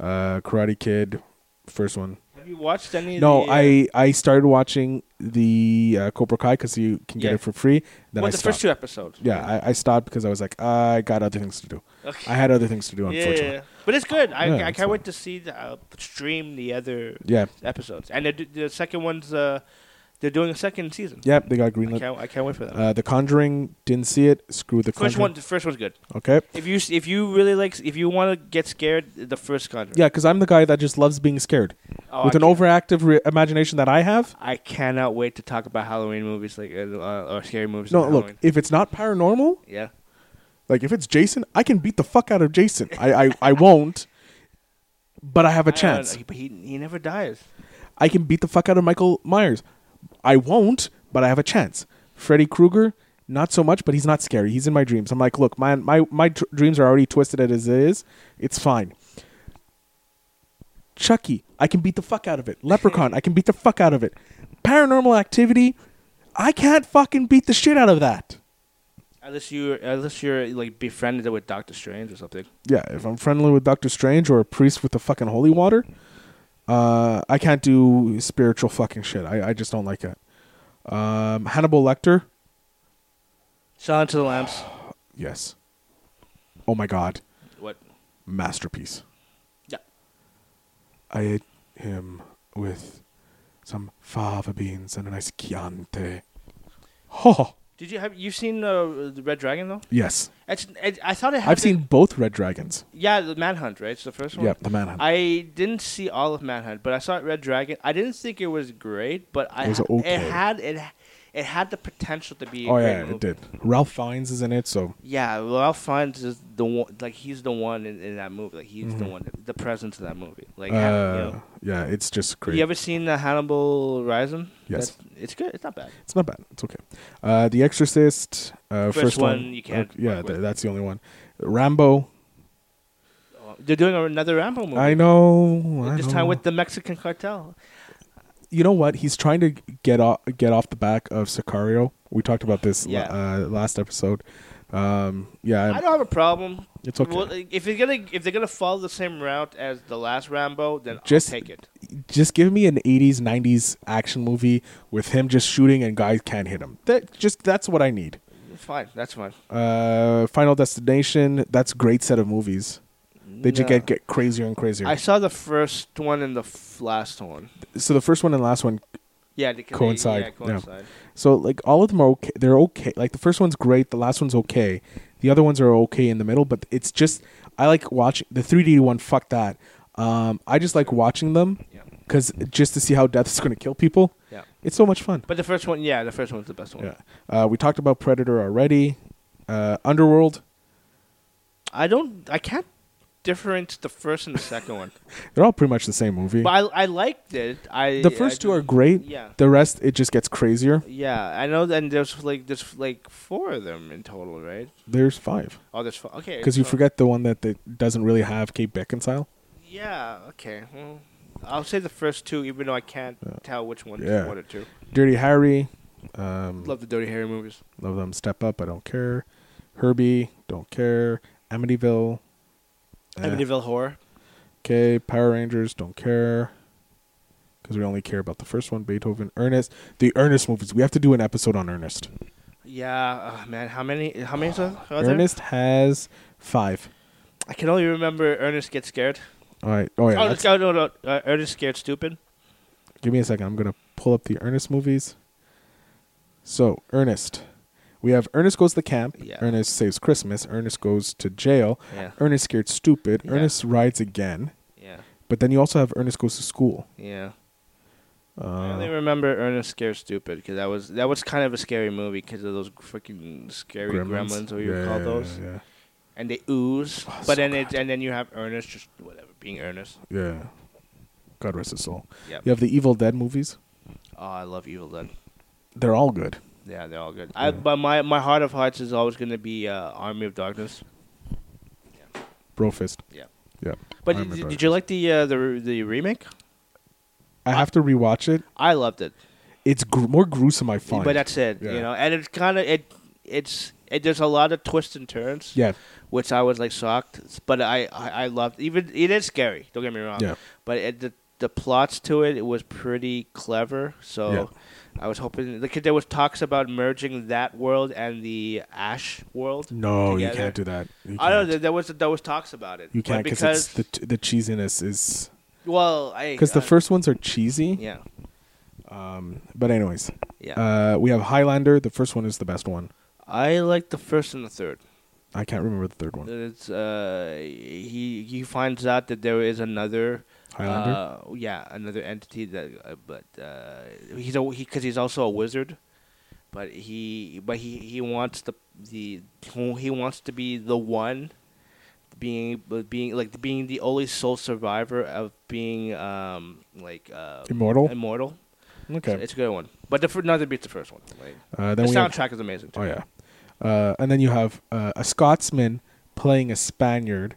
Uh, Karate Kid. First one.
Have you watched any? of
No,
the, uh,
I I started watching the uh, Cobra Kai because you can get
Yeah.
it for free. Then
well,
I
the
stopped.
first two episodes.
yeah, I, I stopped because I was like, I got other things to do.
Okay.
I had other things to do,
Yeah,
unfortunately.
yeah, yeah. but it's good. I,
Yeah,
I
it's
can't
fine.
wait to see the uh, stream the other
Yeah.
episodes. And the, the second one's uh, they're doing a second season.
Yep, they got
I
greenlit.
can't, I can't wait for that.
Uh, the Conjuring didn't see it. Screw the
first one,
Conjuring.
the first one's good.
Okay.
If you s- if you really like if you want to get scared, the first Conjuring.
Yeah, because I'm the guy that just loves being scared.
Oh,
With
I
an
can't-
overactive re- imagination that I have.
I cannot wait to talk about Halloween movies like uh, uh, or scary movies.
No,
on
look,
Halloween.
if it's not paranormal,
yeah,
Like if it's Jason, I can beat the fuck out of Jason. I I, I won't, but I have a chance.
But uh, he, he never dies.
I can beat the fuck out of Michael Myers. I won't, but I have a chance. Freddy Krueger, not so much, but he's not scary. He's in my dreams. I'm like, look, man, my my tr- dreams are already twisted as it is. It's fine. Chucky, I can beat the fuck out of it. Leprechaun, I can beat the fuck out of it. Paranormal Activity, I can't fucking beat the shit out of that.
Unless you unless you're like befriended with Doctor Strange or something.
Yeah, if I'm friendly with Doctor Strange or a priest with the fucking holy water, uh, I can't do spiritual fucking shit. I, I just don't like it. Um, Hannibal Lecter,
Silence of the Lambs.
yes. Oh my god,
What?
masterpiece.
Yeah.
I ate him with some fava beans and a nice Chianti. Oh,
Did you have you seen uh, the Red Dragon though?
yes.
It's, it, I thought it. Had
I've seen both Red Dragons.
Yeah, the Manhunt, right? It's the first one.
Yep, the Manhunt.
I didn't see all of Manhunt, but I saw Red Dragon. I didn't think it was great, but I
It was
ha-
okay.
it had it it had the potential to be. A
oh
great
yeah,
movie.
it did. Ralph Fiennes is in it, so
Yeah, Ralph Fiennes is the one. Like he's the one in, in that movie. Like he's the one, the presence of that movie. Like ha- you,
Mm-hmm. uh,
know.
yeah, it's just great.
you ever seen the Hannibal Rising?
Yes.
That's- it's good. It's not bad.
It's not bad. It's okay. Uh, the Exorcist, uh,
First
first, one,
one you can't
okay, yeah,
work
th-
with.
that's the only one. Rambo.
Oh, They're doing another Rambo movie.
I know. I
This
know.
time with the Mexican cartel.
you know what? He's trying to get off get off the back of Sicario. We talked about this la-
Yeah.
uh, last episode. Um, yeah,
I don't have a problem.
It's okay.
Well, if they're gonna if they're gonna follow the same route as the last Rambo, then
Just-
I'll take it.
just give me an '80s '90s action movie with him just shooting and guys can't hit him. That just that's what I need.
It's fine. That's fine.
Uh, Final Destination. That's a great set of movies. They just
No.
get get crazier and crazier.
I saw the first one and the f- last one.
so the first one and last one
Yeah, they, they-
Coincide,
yeah,
yeah.
coincide.
So like all of them are okay. They're okay. Like the first one's great. The last one's okay. The other ones are okay in the middle. But it's just I like watching the 3D one. Fuck that. Um, I just like watching them
Yeah.
because just to see how death is going to kill people.
Yeah.
It's so much fun.
But the first one, yeah, the first one's the best one.
yeah. Uh, we talked about Predator already. Uh, Underworld.
I don't. I can't differentiate the first and the second one.
They're all pretty much the same movie.
But I, I liked it. I
the first
I
two are
did-
great.
Yeah.
The rest it just gets crazier.
Yeah, I know. And there's like there's like four of them in total, right?
There's five
Oh, there's four. Okay.
because you
so-
forget the one that, that doesn't really have Kate Beckinsale.
Yeah. Okay. Well, I'll say the first two, even though I can't tell which one's
Yeah.
one or two.
Dirty Harry. Um,
Love the Dirty Harry movies.
Love them. Step up. I don't care. Herbie. Don't care. Amityville. eh,
Amityville Horror.
Okay. Power Rangers. Don't care. Because we only care about the first one. Beethoven. Ernest. The Ernest movies. We have to do an episode on Ernest.
Yeah, oh, man. How many? How many are there?
Ernest has five.
I can only remember Ernest gets scared.
All right. Oh yeah.
oh,
that's-
no, no, no. Uh, Ernest scared stupid.
give me a second. I'm gonna pull up the Ernest movies. So Ernest. We have Ernest goes to camp.
Yeah.
Ernest saves Christmas. Ernest goes to jail.
Yeah.
Ernest scared stupid.
Yeah.
Ernest rides again.
Yeah.
But then you also have Ernest goes to school.
Yeah. I only
Uh,
remember Ernest scared stupid because that was that was kind of a scary movie because of those freaking scary gremlins, or what you
Yeah,
call
yeah,
those,
Yeah,
and they ooze.
Oh,
but
so
then it
good.
and then you have Ernest just whatever being Ernest.
yeah. yeah. God rest his soul.
Yep.
You have the Evil Dead movies.
Oh, I love Evil Dead.
They're all good.
Yeah, they're all good. I, but my my heart of hearts is always going to be uh, Army of Darkness.
Brofist.
Yeah.
Yeah.
But
I remember
did, did
it.
you like the uh, the re- the remake?
I have to rewatch it.
I loved it.
It's gr- more gruesome. I find.
But that's it,
Yeah.
you know. And it's kind of it. It's it. There's a lot of twists and turns.
Yeah.
Which I was like shocked, but I I, I loved even it is scary. Don't get me wrong.
Yeah.
But it, the the plots to it, it was pretty clever. So.
Yeah.
I was hoping because there was talks about merging that world and the Ash world.
No, you
together.
can't do that. You
I know
can't.
there- there was there was talks about it.
You
but
can't cause
because
it's the t- the cheesiness is
well, I
because the
I-
first ones are cheesy. um,
yeah
But anyways,
yeah
uh, we have Highlander. The first one is the best one.
I like the first and the third.
I can't remember the third one.
It's uh he he finds out that there is another
Highlander?
uh, yeah another entity that uh, but uh he's a he because he's also a wizard, but he but he he wants the the he wants to be the one being being like being the only sole survivor of being um like uh
Immortal?
immortal
Okay.
So it's a good one but the fir- not to beat the first one like,
Uh,
the
then we have-
soundtrack is amazing too.
oh yeah, uh, and then you have uh, a Scotsman playing a Spaniard,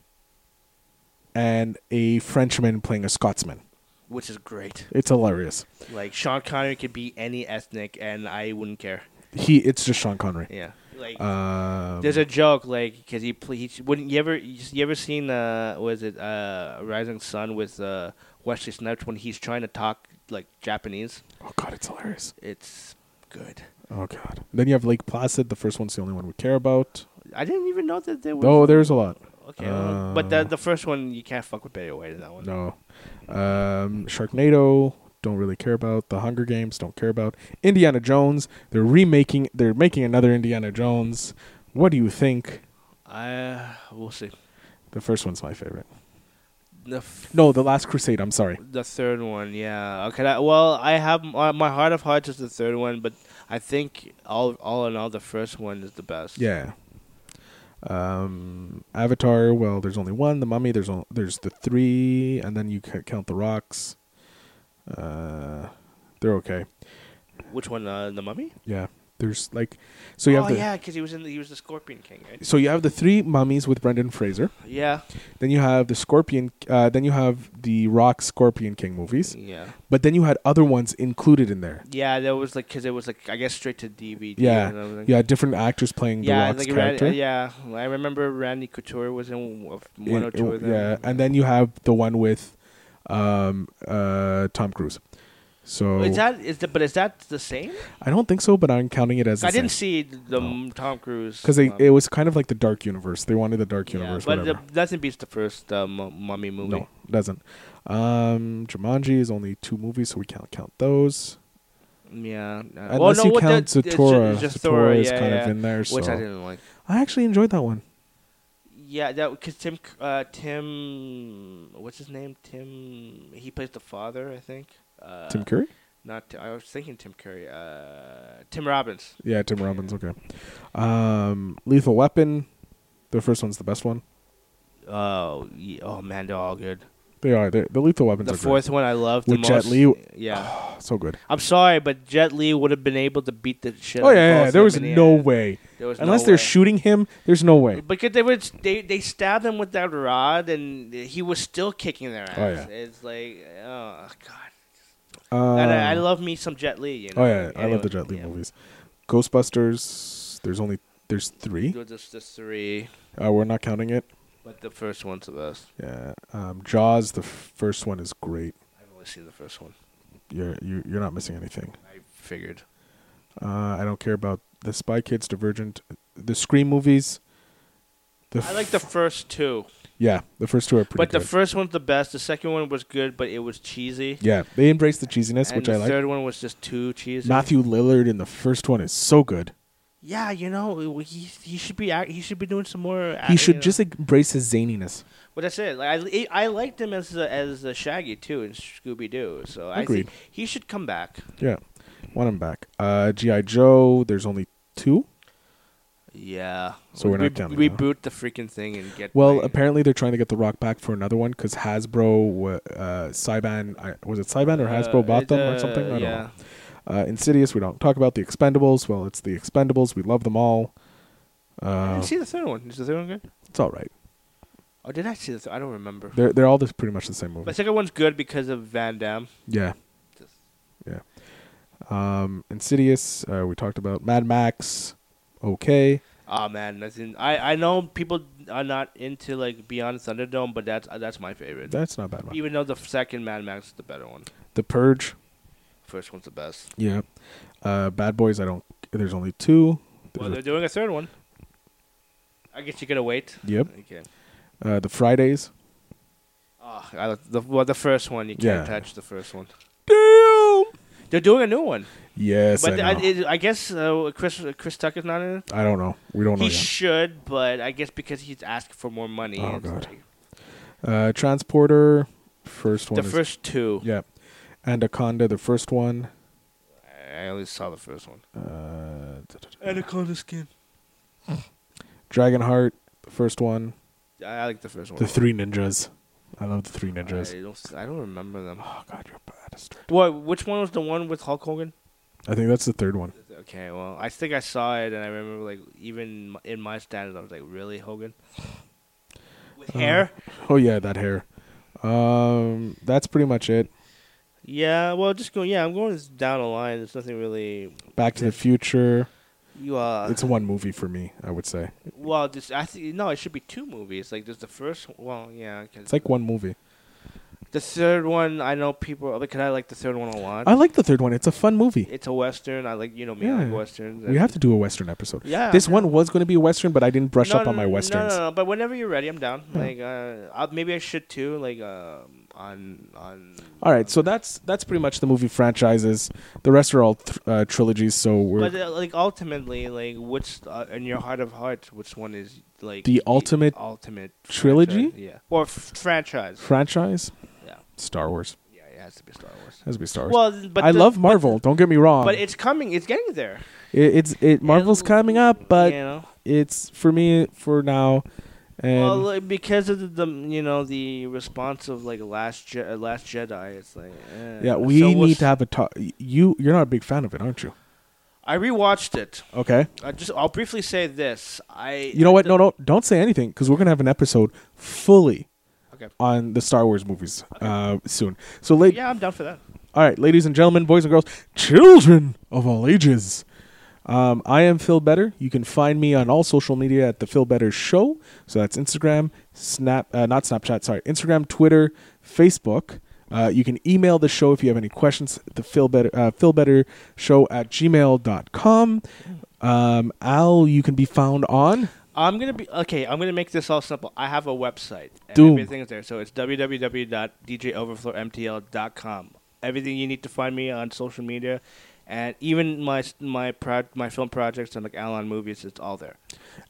and a Frenchman playing a Scotsman.
which is great
It's hilarious.
like Sean Connery could be any ethnic and I wouldn't care
He it's just Sean Connery.
yeah like
Um,
There's a joke like because he play. He, when you ever you you ever seen uh was it uh Rising Sun with uh Wesley Snipes when he's trying to talk like Japanese?
oh god, it's hilarious.
It's good.
Oh god. Then you have Lake Placid. The first one's the only one we care about.
I didn't even know that there was.
Oh, there's a lot.
okay. well, but
uh,
the the first one you can't fuck with Betty White in that one.
No. Um, Sharknado, don't really care about. The Hunger Games, don't care about. Indiana Jones, they're remaking, they're making another Indiana Jones. What do you think?
I Uh, we'll see.
The first one's my favorite.
The f-
No, The Last Crusade, I'm sorry.
the third one, yeah. Okay. I, well, I have uh, my, my heart of hearts is the third one, but I think all all in all the first one is the best.
Yeah. Um, Avatar, well, there's only one. The Mummy, there's on, there's the three, and then you c- count the rocks. Uh, they're okay.
Which one? Uh, the Mummy.
Yeah. There's like, so you
oh
have the,
yeah, because he was in the, he was the Scorpion King, right?
so you have the three mummies with Brendan Fraser.
Yeah.
Then you have the Scorpion. Uh, then you have the Rock Scorpion King movies.
Yeah.
But then you had other ones included in there.
Yeah, that was like because it was like I guess straight to DVD. and
Yeah,
everything.
you had different actors playing the
Yeah,
Rock's
like
character.
Randy, yeah, I remember Randy Couture was in w-
In-
one or two of them.
Yeah, and then you have the one with um, uh, Tom Cruise. So
is that is the but is that the same?
I don't think so, but I'm counting it as
I didn't see the um, Tom Cruise
because they
um,
it was kind of like the Dark Universe. They wanted the Dark
yeah,
Universe,
but
whatever.
the, nothing beats the first um, Mummy movie.
No, it doesn't. Um, Jumanji is only two movies, so we can't count those.
Yeah, uh, well,
Unless
no,
you
what the-
count
it's ju-
Zatora.
it's just
Zatora is
yeah,
kind of
yeah,
in there,
which
so-
I didn't like.
I actually enjoyed that one.
Yeah, that because Tim, C- uh, Tim, what's his name? Tim, he plays the father, I think. Uh,
Tim Curry.
Not Ti- I was thinking Tim Curry. Uh, Tim Robbins.
Yeah, Tim Robbins. Okay. Um, Lethal Weapon. The first one's the best one.
Oh, ye- oh man, they're all good.
They are. They're, the Lethal Weapons
The
are
fourth one I loved the
With Jet
most.
Li.
Yeah,
great. so good.
I'm sorry, but Jet Li would have been able to beat the shit.
Oh
out of
yeah, yeah,
both
yeah.
of
There
them
was
in the
no
end.
way.
There was
Unless
no
they're
way.
shooting him, there's no way.
Because they were they they stabbed him with that rod, and he was still kicking their ass.
Oh, yeah.
It's like, oh god.
Uh,
and I, I love me some Jet Li. You know?
oh yeah, I love
Anyway,
the Jet Li
yeah.
movies. Ghostbusters. There's only there's three.
Those are the three,
Uh, we're not counting it.
but the first one's the best.
Yeah. Um, Jaws. The first one is great.
I've only seen the first one.
You're you, you're not missing anything.
I figured.
Uh, I don't care about the Spy Kids, Divergent, the Scream movies. The
I like the first two,
Yeah, the first two are pretty.
but the
good.
first one's the best. The second one was good, but it was cheesy.
yeah, they embrace the cheesiness,
and
which
the
I like.
third one was just too cheesy.
Matthew Lillard in the first one is so good.
Yeah, you know he he should be act- he should be doing some more.
He should just embrace his zaniness.
But that's it. Like I, I liked him as a, as a Shaggy too in Scooby Doo. So I
Agreed.
think he should come back.
Yeah, want him back. Uh, GI Joe. There's only two.
Yeah.
So we're not
Re-
counting that.
Reboot the freaking thing and get.
Well,
like-
apparently they're trying to get the Rock back for another one because Hasbro, uh, Cyban, I, was it Cyban or Hasbro
Uh,
bought them
uh,
or something? I don't
yeah.
know. Uh, Insidious. We don't talk about the Expendables. Well, it's the Expendables. We love them all.
I
Uh,
didn't see the third one. Is the third one good?
it's all right.
Or Oh, did I see the? Th- I don't remember.
They're they're all this pretty much the same movie.
The second one's good because of Van Damme.
Yeah.
Just-
Yeah. Um, Insidious, uh, we talked about Mad Max. Okay.
Oh man, that's in, I I know people are not into like Beyond Thunderdome, but that's uh, that's my favorite.
That's not a bad. One.
Even though the second Mad Max is the better one,
The Purge.
first one's the best.
Yeah. Uh, Bad Boys, I don't. There's only two.
Well,
There's
they're doing a third one. I guess you gotta wait.
a- yep.
Okay.
Uh, the Fridays.
Oh, I, like- the well, the first one you can't
Yeah.
touch the first one.
Damn.
They're doing a new one,
Yes.
but
I,
I,
know.
it, I guess uh, Chris Chris Tucker's not in it.
I don't know. We don't know
He
yet.
should, but I guess because he's asking for more money.
Oh,
it's
God.
like-
uh, Transporter. First one.
the
is-
first two.
Yeah. Anaconda, the first one.
I only saw the first one.
Uh,
Anaconda skin.
Dragonheart, the first one.
I, I like the first one.
The Three Ninjas. I love the Three
I
Ninjas.
don't, s- I don't remember them.
Oh God, you're a bastard.
What? Which one was the one with Hulk Hogan?
I think that's the third one.
Okay, well, I think I saw it, and I remember like even m- in my standards, I was like, really Hogan with
Uh,
hair.
Oh yeah, that hair. Um, that's pretty much it.
Yeah, well, just going. Yeah, I'm going down the line. There's nothing really.
Back to the Future.
You uh,
It's one movie for me. I would say
well, this I think no, it should be two movies. Like, there's the first. Well, yeah,
it's like one movie.
the third one. I know people because I like the third one a lot.
I like the third one. It's a fun movie.
it's a western. I like you know me. I
Yeah.
like westerns.
We have to do a western episode.
Yeah,
This
yeah.
one was going to be a western, but I didn't brush
No,
up on my
no, no,
westerns.
No, no, no. But whenever you're ready, I'm down.
Yeah.
Like, uh, I'll, maybe I should too. Like, um, on on.
All right, so that's that's pretty much the movie franchises. The rest are all th- uh, trilogies. So we're
But uh, like ultimately, like which uh, in your heart of hearts, which one is like
The ultimate
ultimate
trilogy?
franchise? Yeah, or f- franchise?
franchise
yeah,
Star Wars
yeah, it has to be Star Wars.
has to be Star Wars.
Well, but
I
the-
love Marvel. don't get me wrong.
But it's coming. It's getting there.
it, it's it Marvel's coming up, but
you know,
it's for me for now. And
well, like, because of the, the you know the response of like last Je- uh, last Jedi, it's like eh.
yeah, we
So we'll
need
s-
to have a talk. You you're not a big fan of it, aren't you?
I rewatched it.
Okay.
I just I'll briefly say this. I
You know what? No, no, don't say anything because we're gonna have an episode fully
Okay.
on the Star Wars movies uh, soon. So late.
Yeah, I'm down for that.
All right, ladies and gentlemen, boys and girls, children of all ages. Um, I am Phil Better. You can find me on all social media at the Phil Better Show. So that's Instagram, Snap, uh, not Snapchat, sorry, Instagram, Twitter, Facebook. Uh, you can email the show if you have any questions. The Phil Better, uh, Phil Better Show at gmail.com. Um, Al, you can be found on.
I'm gonna be okay. I'm gonna make this all simple. I have a website. And
Doom.
Everything is there. So it's www.djoverflowmtl.com. Everything you need to find me on social media, and even my my pro- my film projects and like Alan movies. It's all there.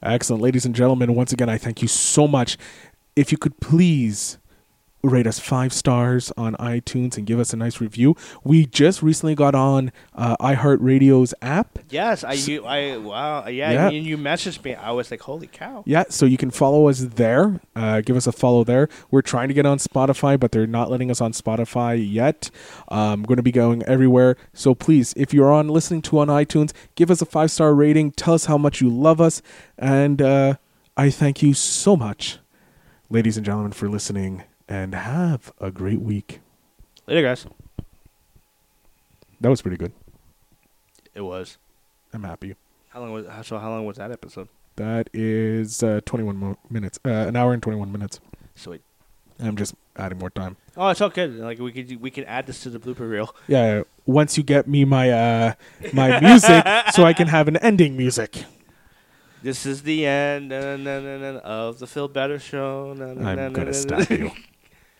Excellent. Ladies and gentlemen, once again, I thank you so much. If you could please rate us five stars on iTunes and give us a nice review. We just recently got on uh, iHeartRadio's app.
Yes, I you I wow yeah.
Yeah.
I mean, you messaged me. I was like, holy cow.
Yeah, so you can follow us there. Uh, give us a follow there. We're trying to get on Spotify, but they're not letting us on Spotify yet. I'm going to be going everywhere. So please, if you're on listening to on iTunes, give us a five star rating. Tell us how much you love us, and uh, I thank you so much, ladies and gentlemen, for listening. And have a great week.
Later, guys.
That was pretty good.
It was.
I'm happy.
How long was so? How long was that episode?
That is uh, 21 mo- minutes, uh, an hour and 21 minutes.
Sweet.
I'm just adding more time.
Oh, it's all good. Like we could we can add this to the blooper reel.
Yeah, once you get me my uh my music so I can have an ending music.
This is the end na, na, na, na, na, of the Phil Better Show. Na, na, na,
I'm
na,
going
na,
to
na.
stab you.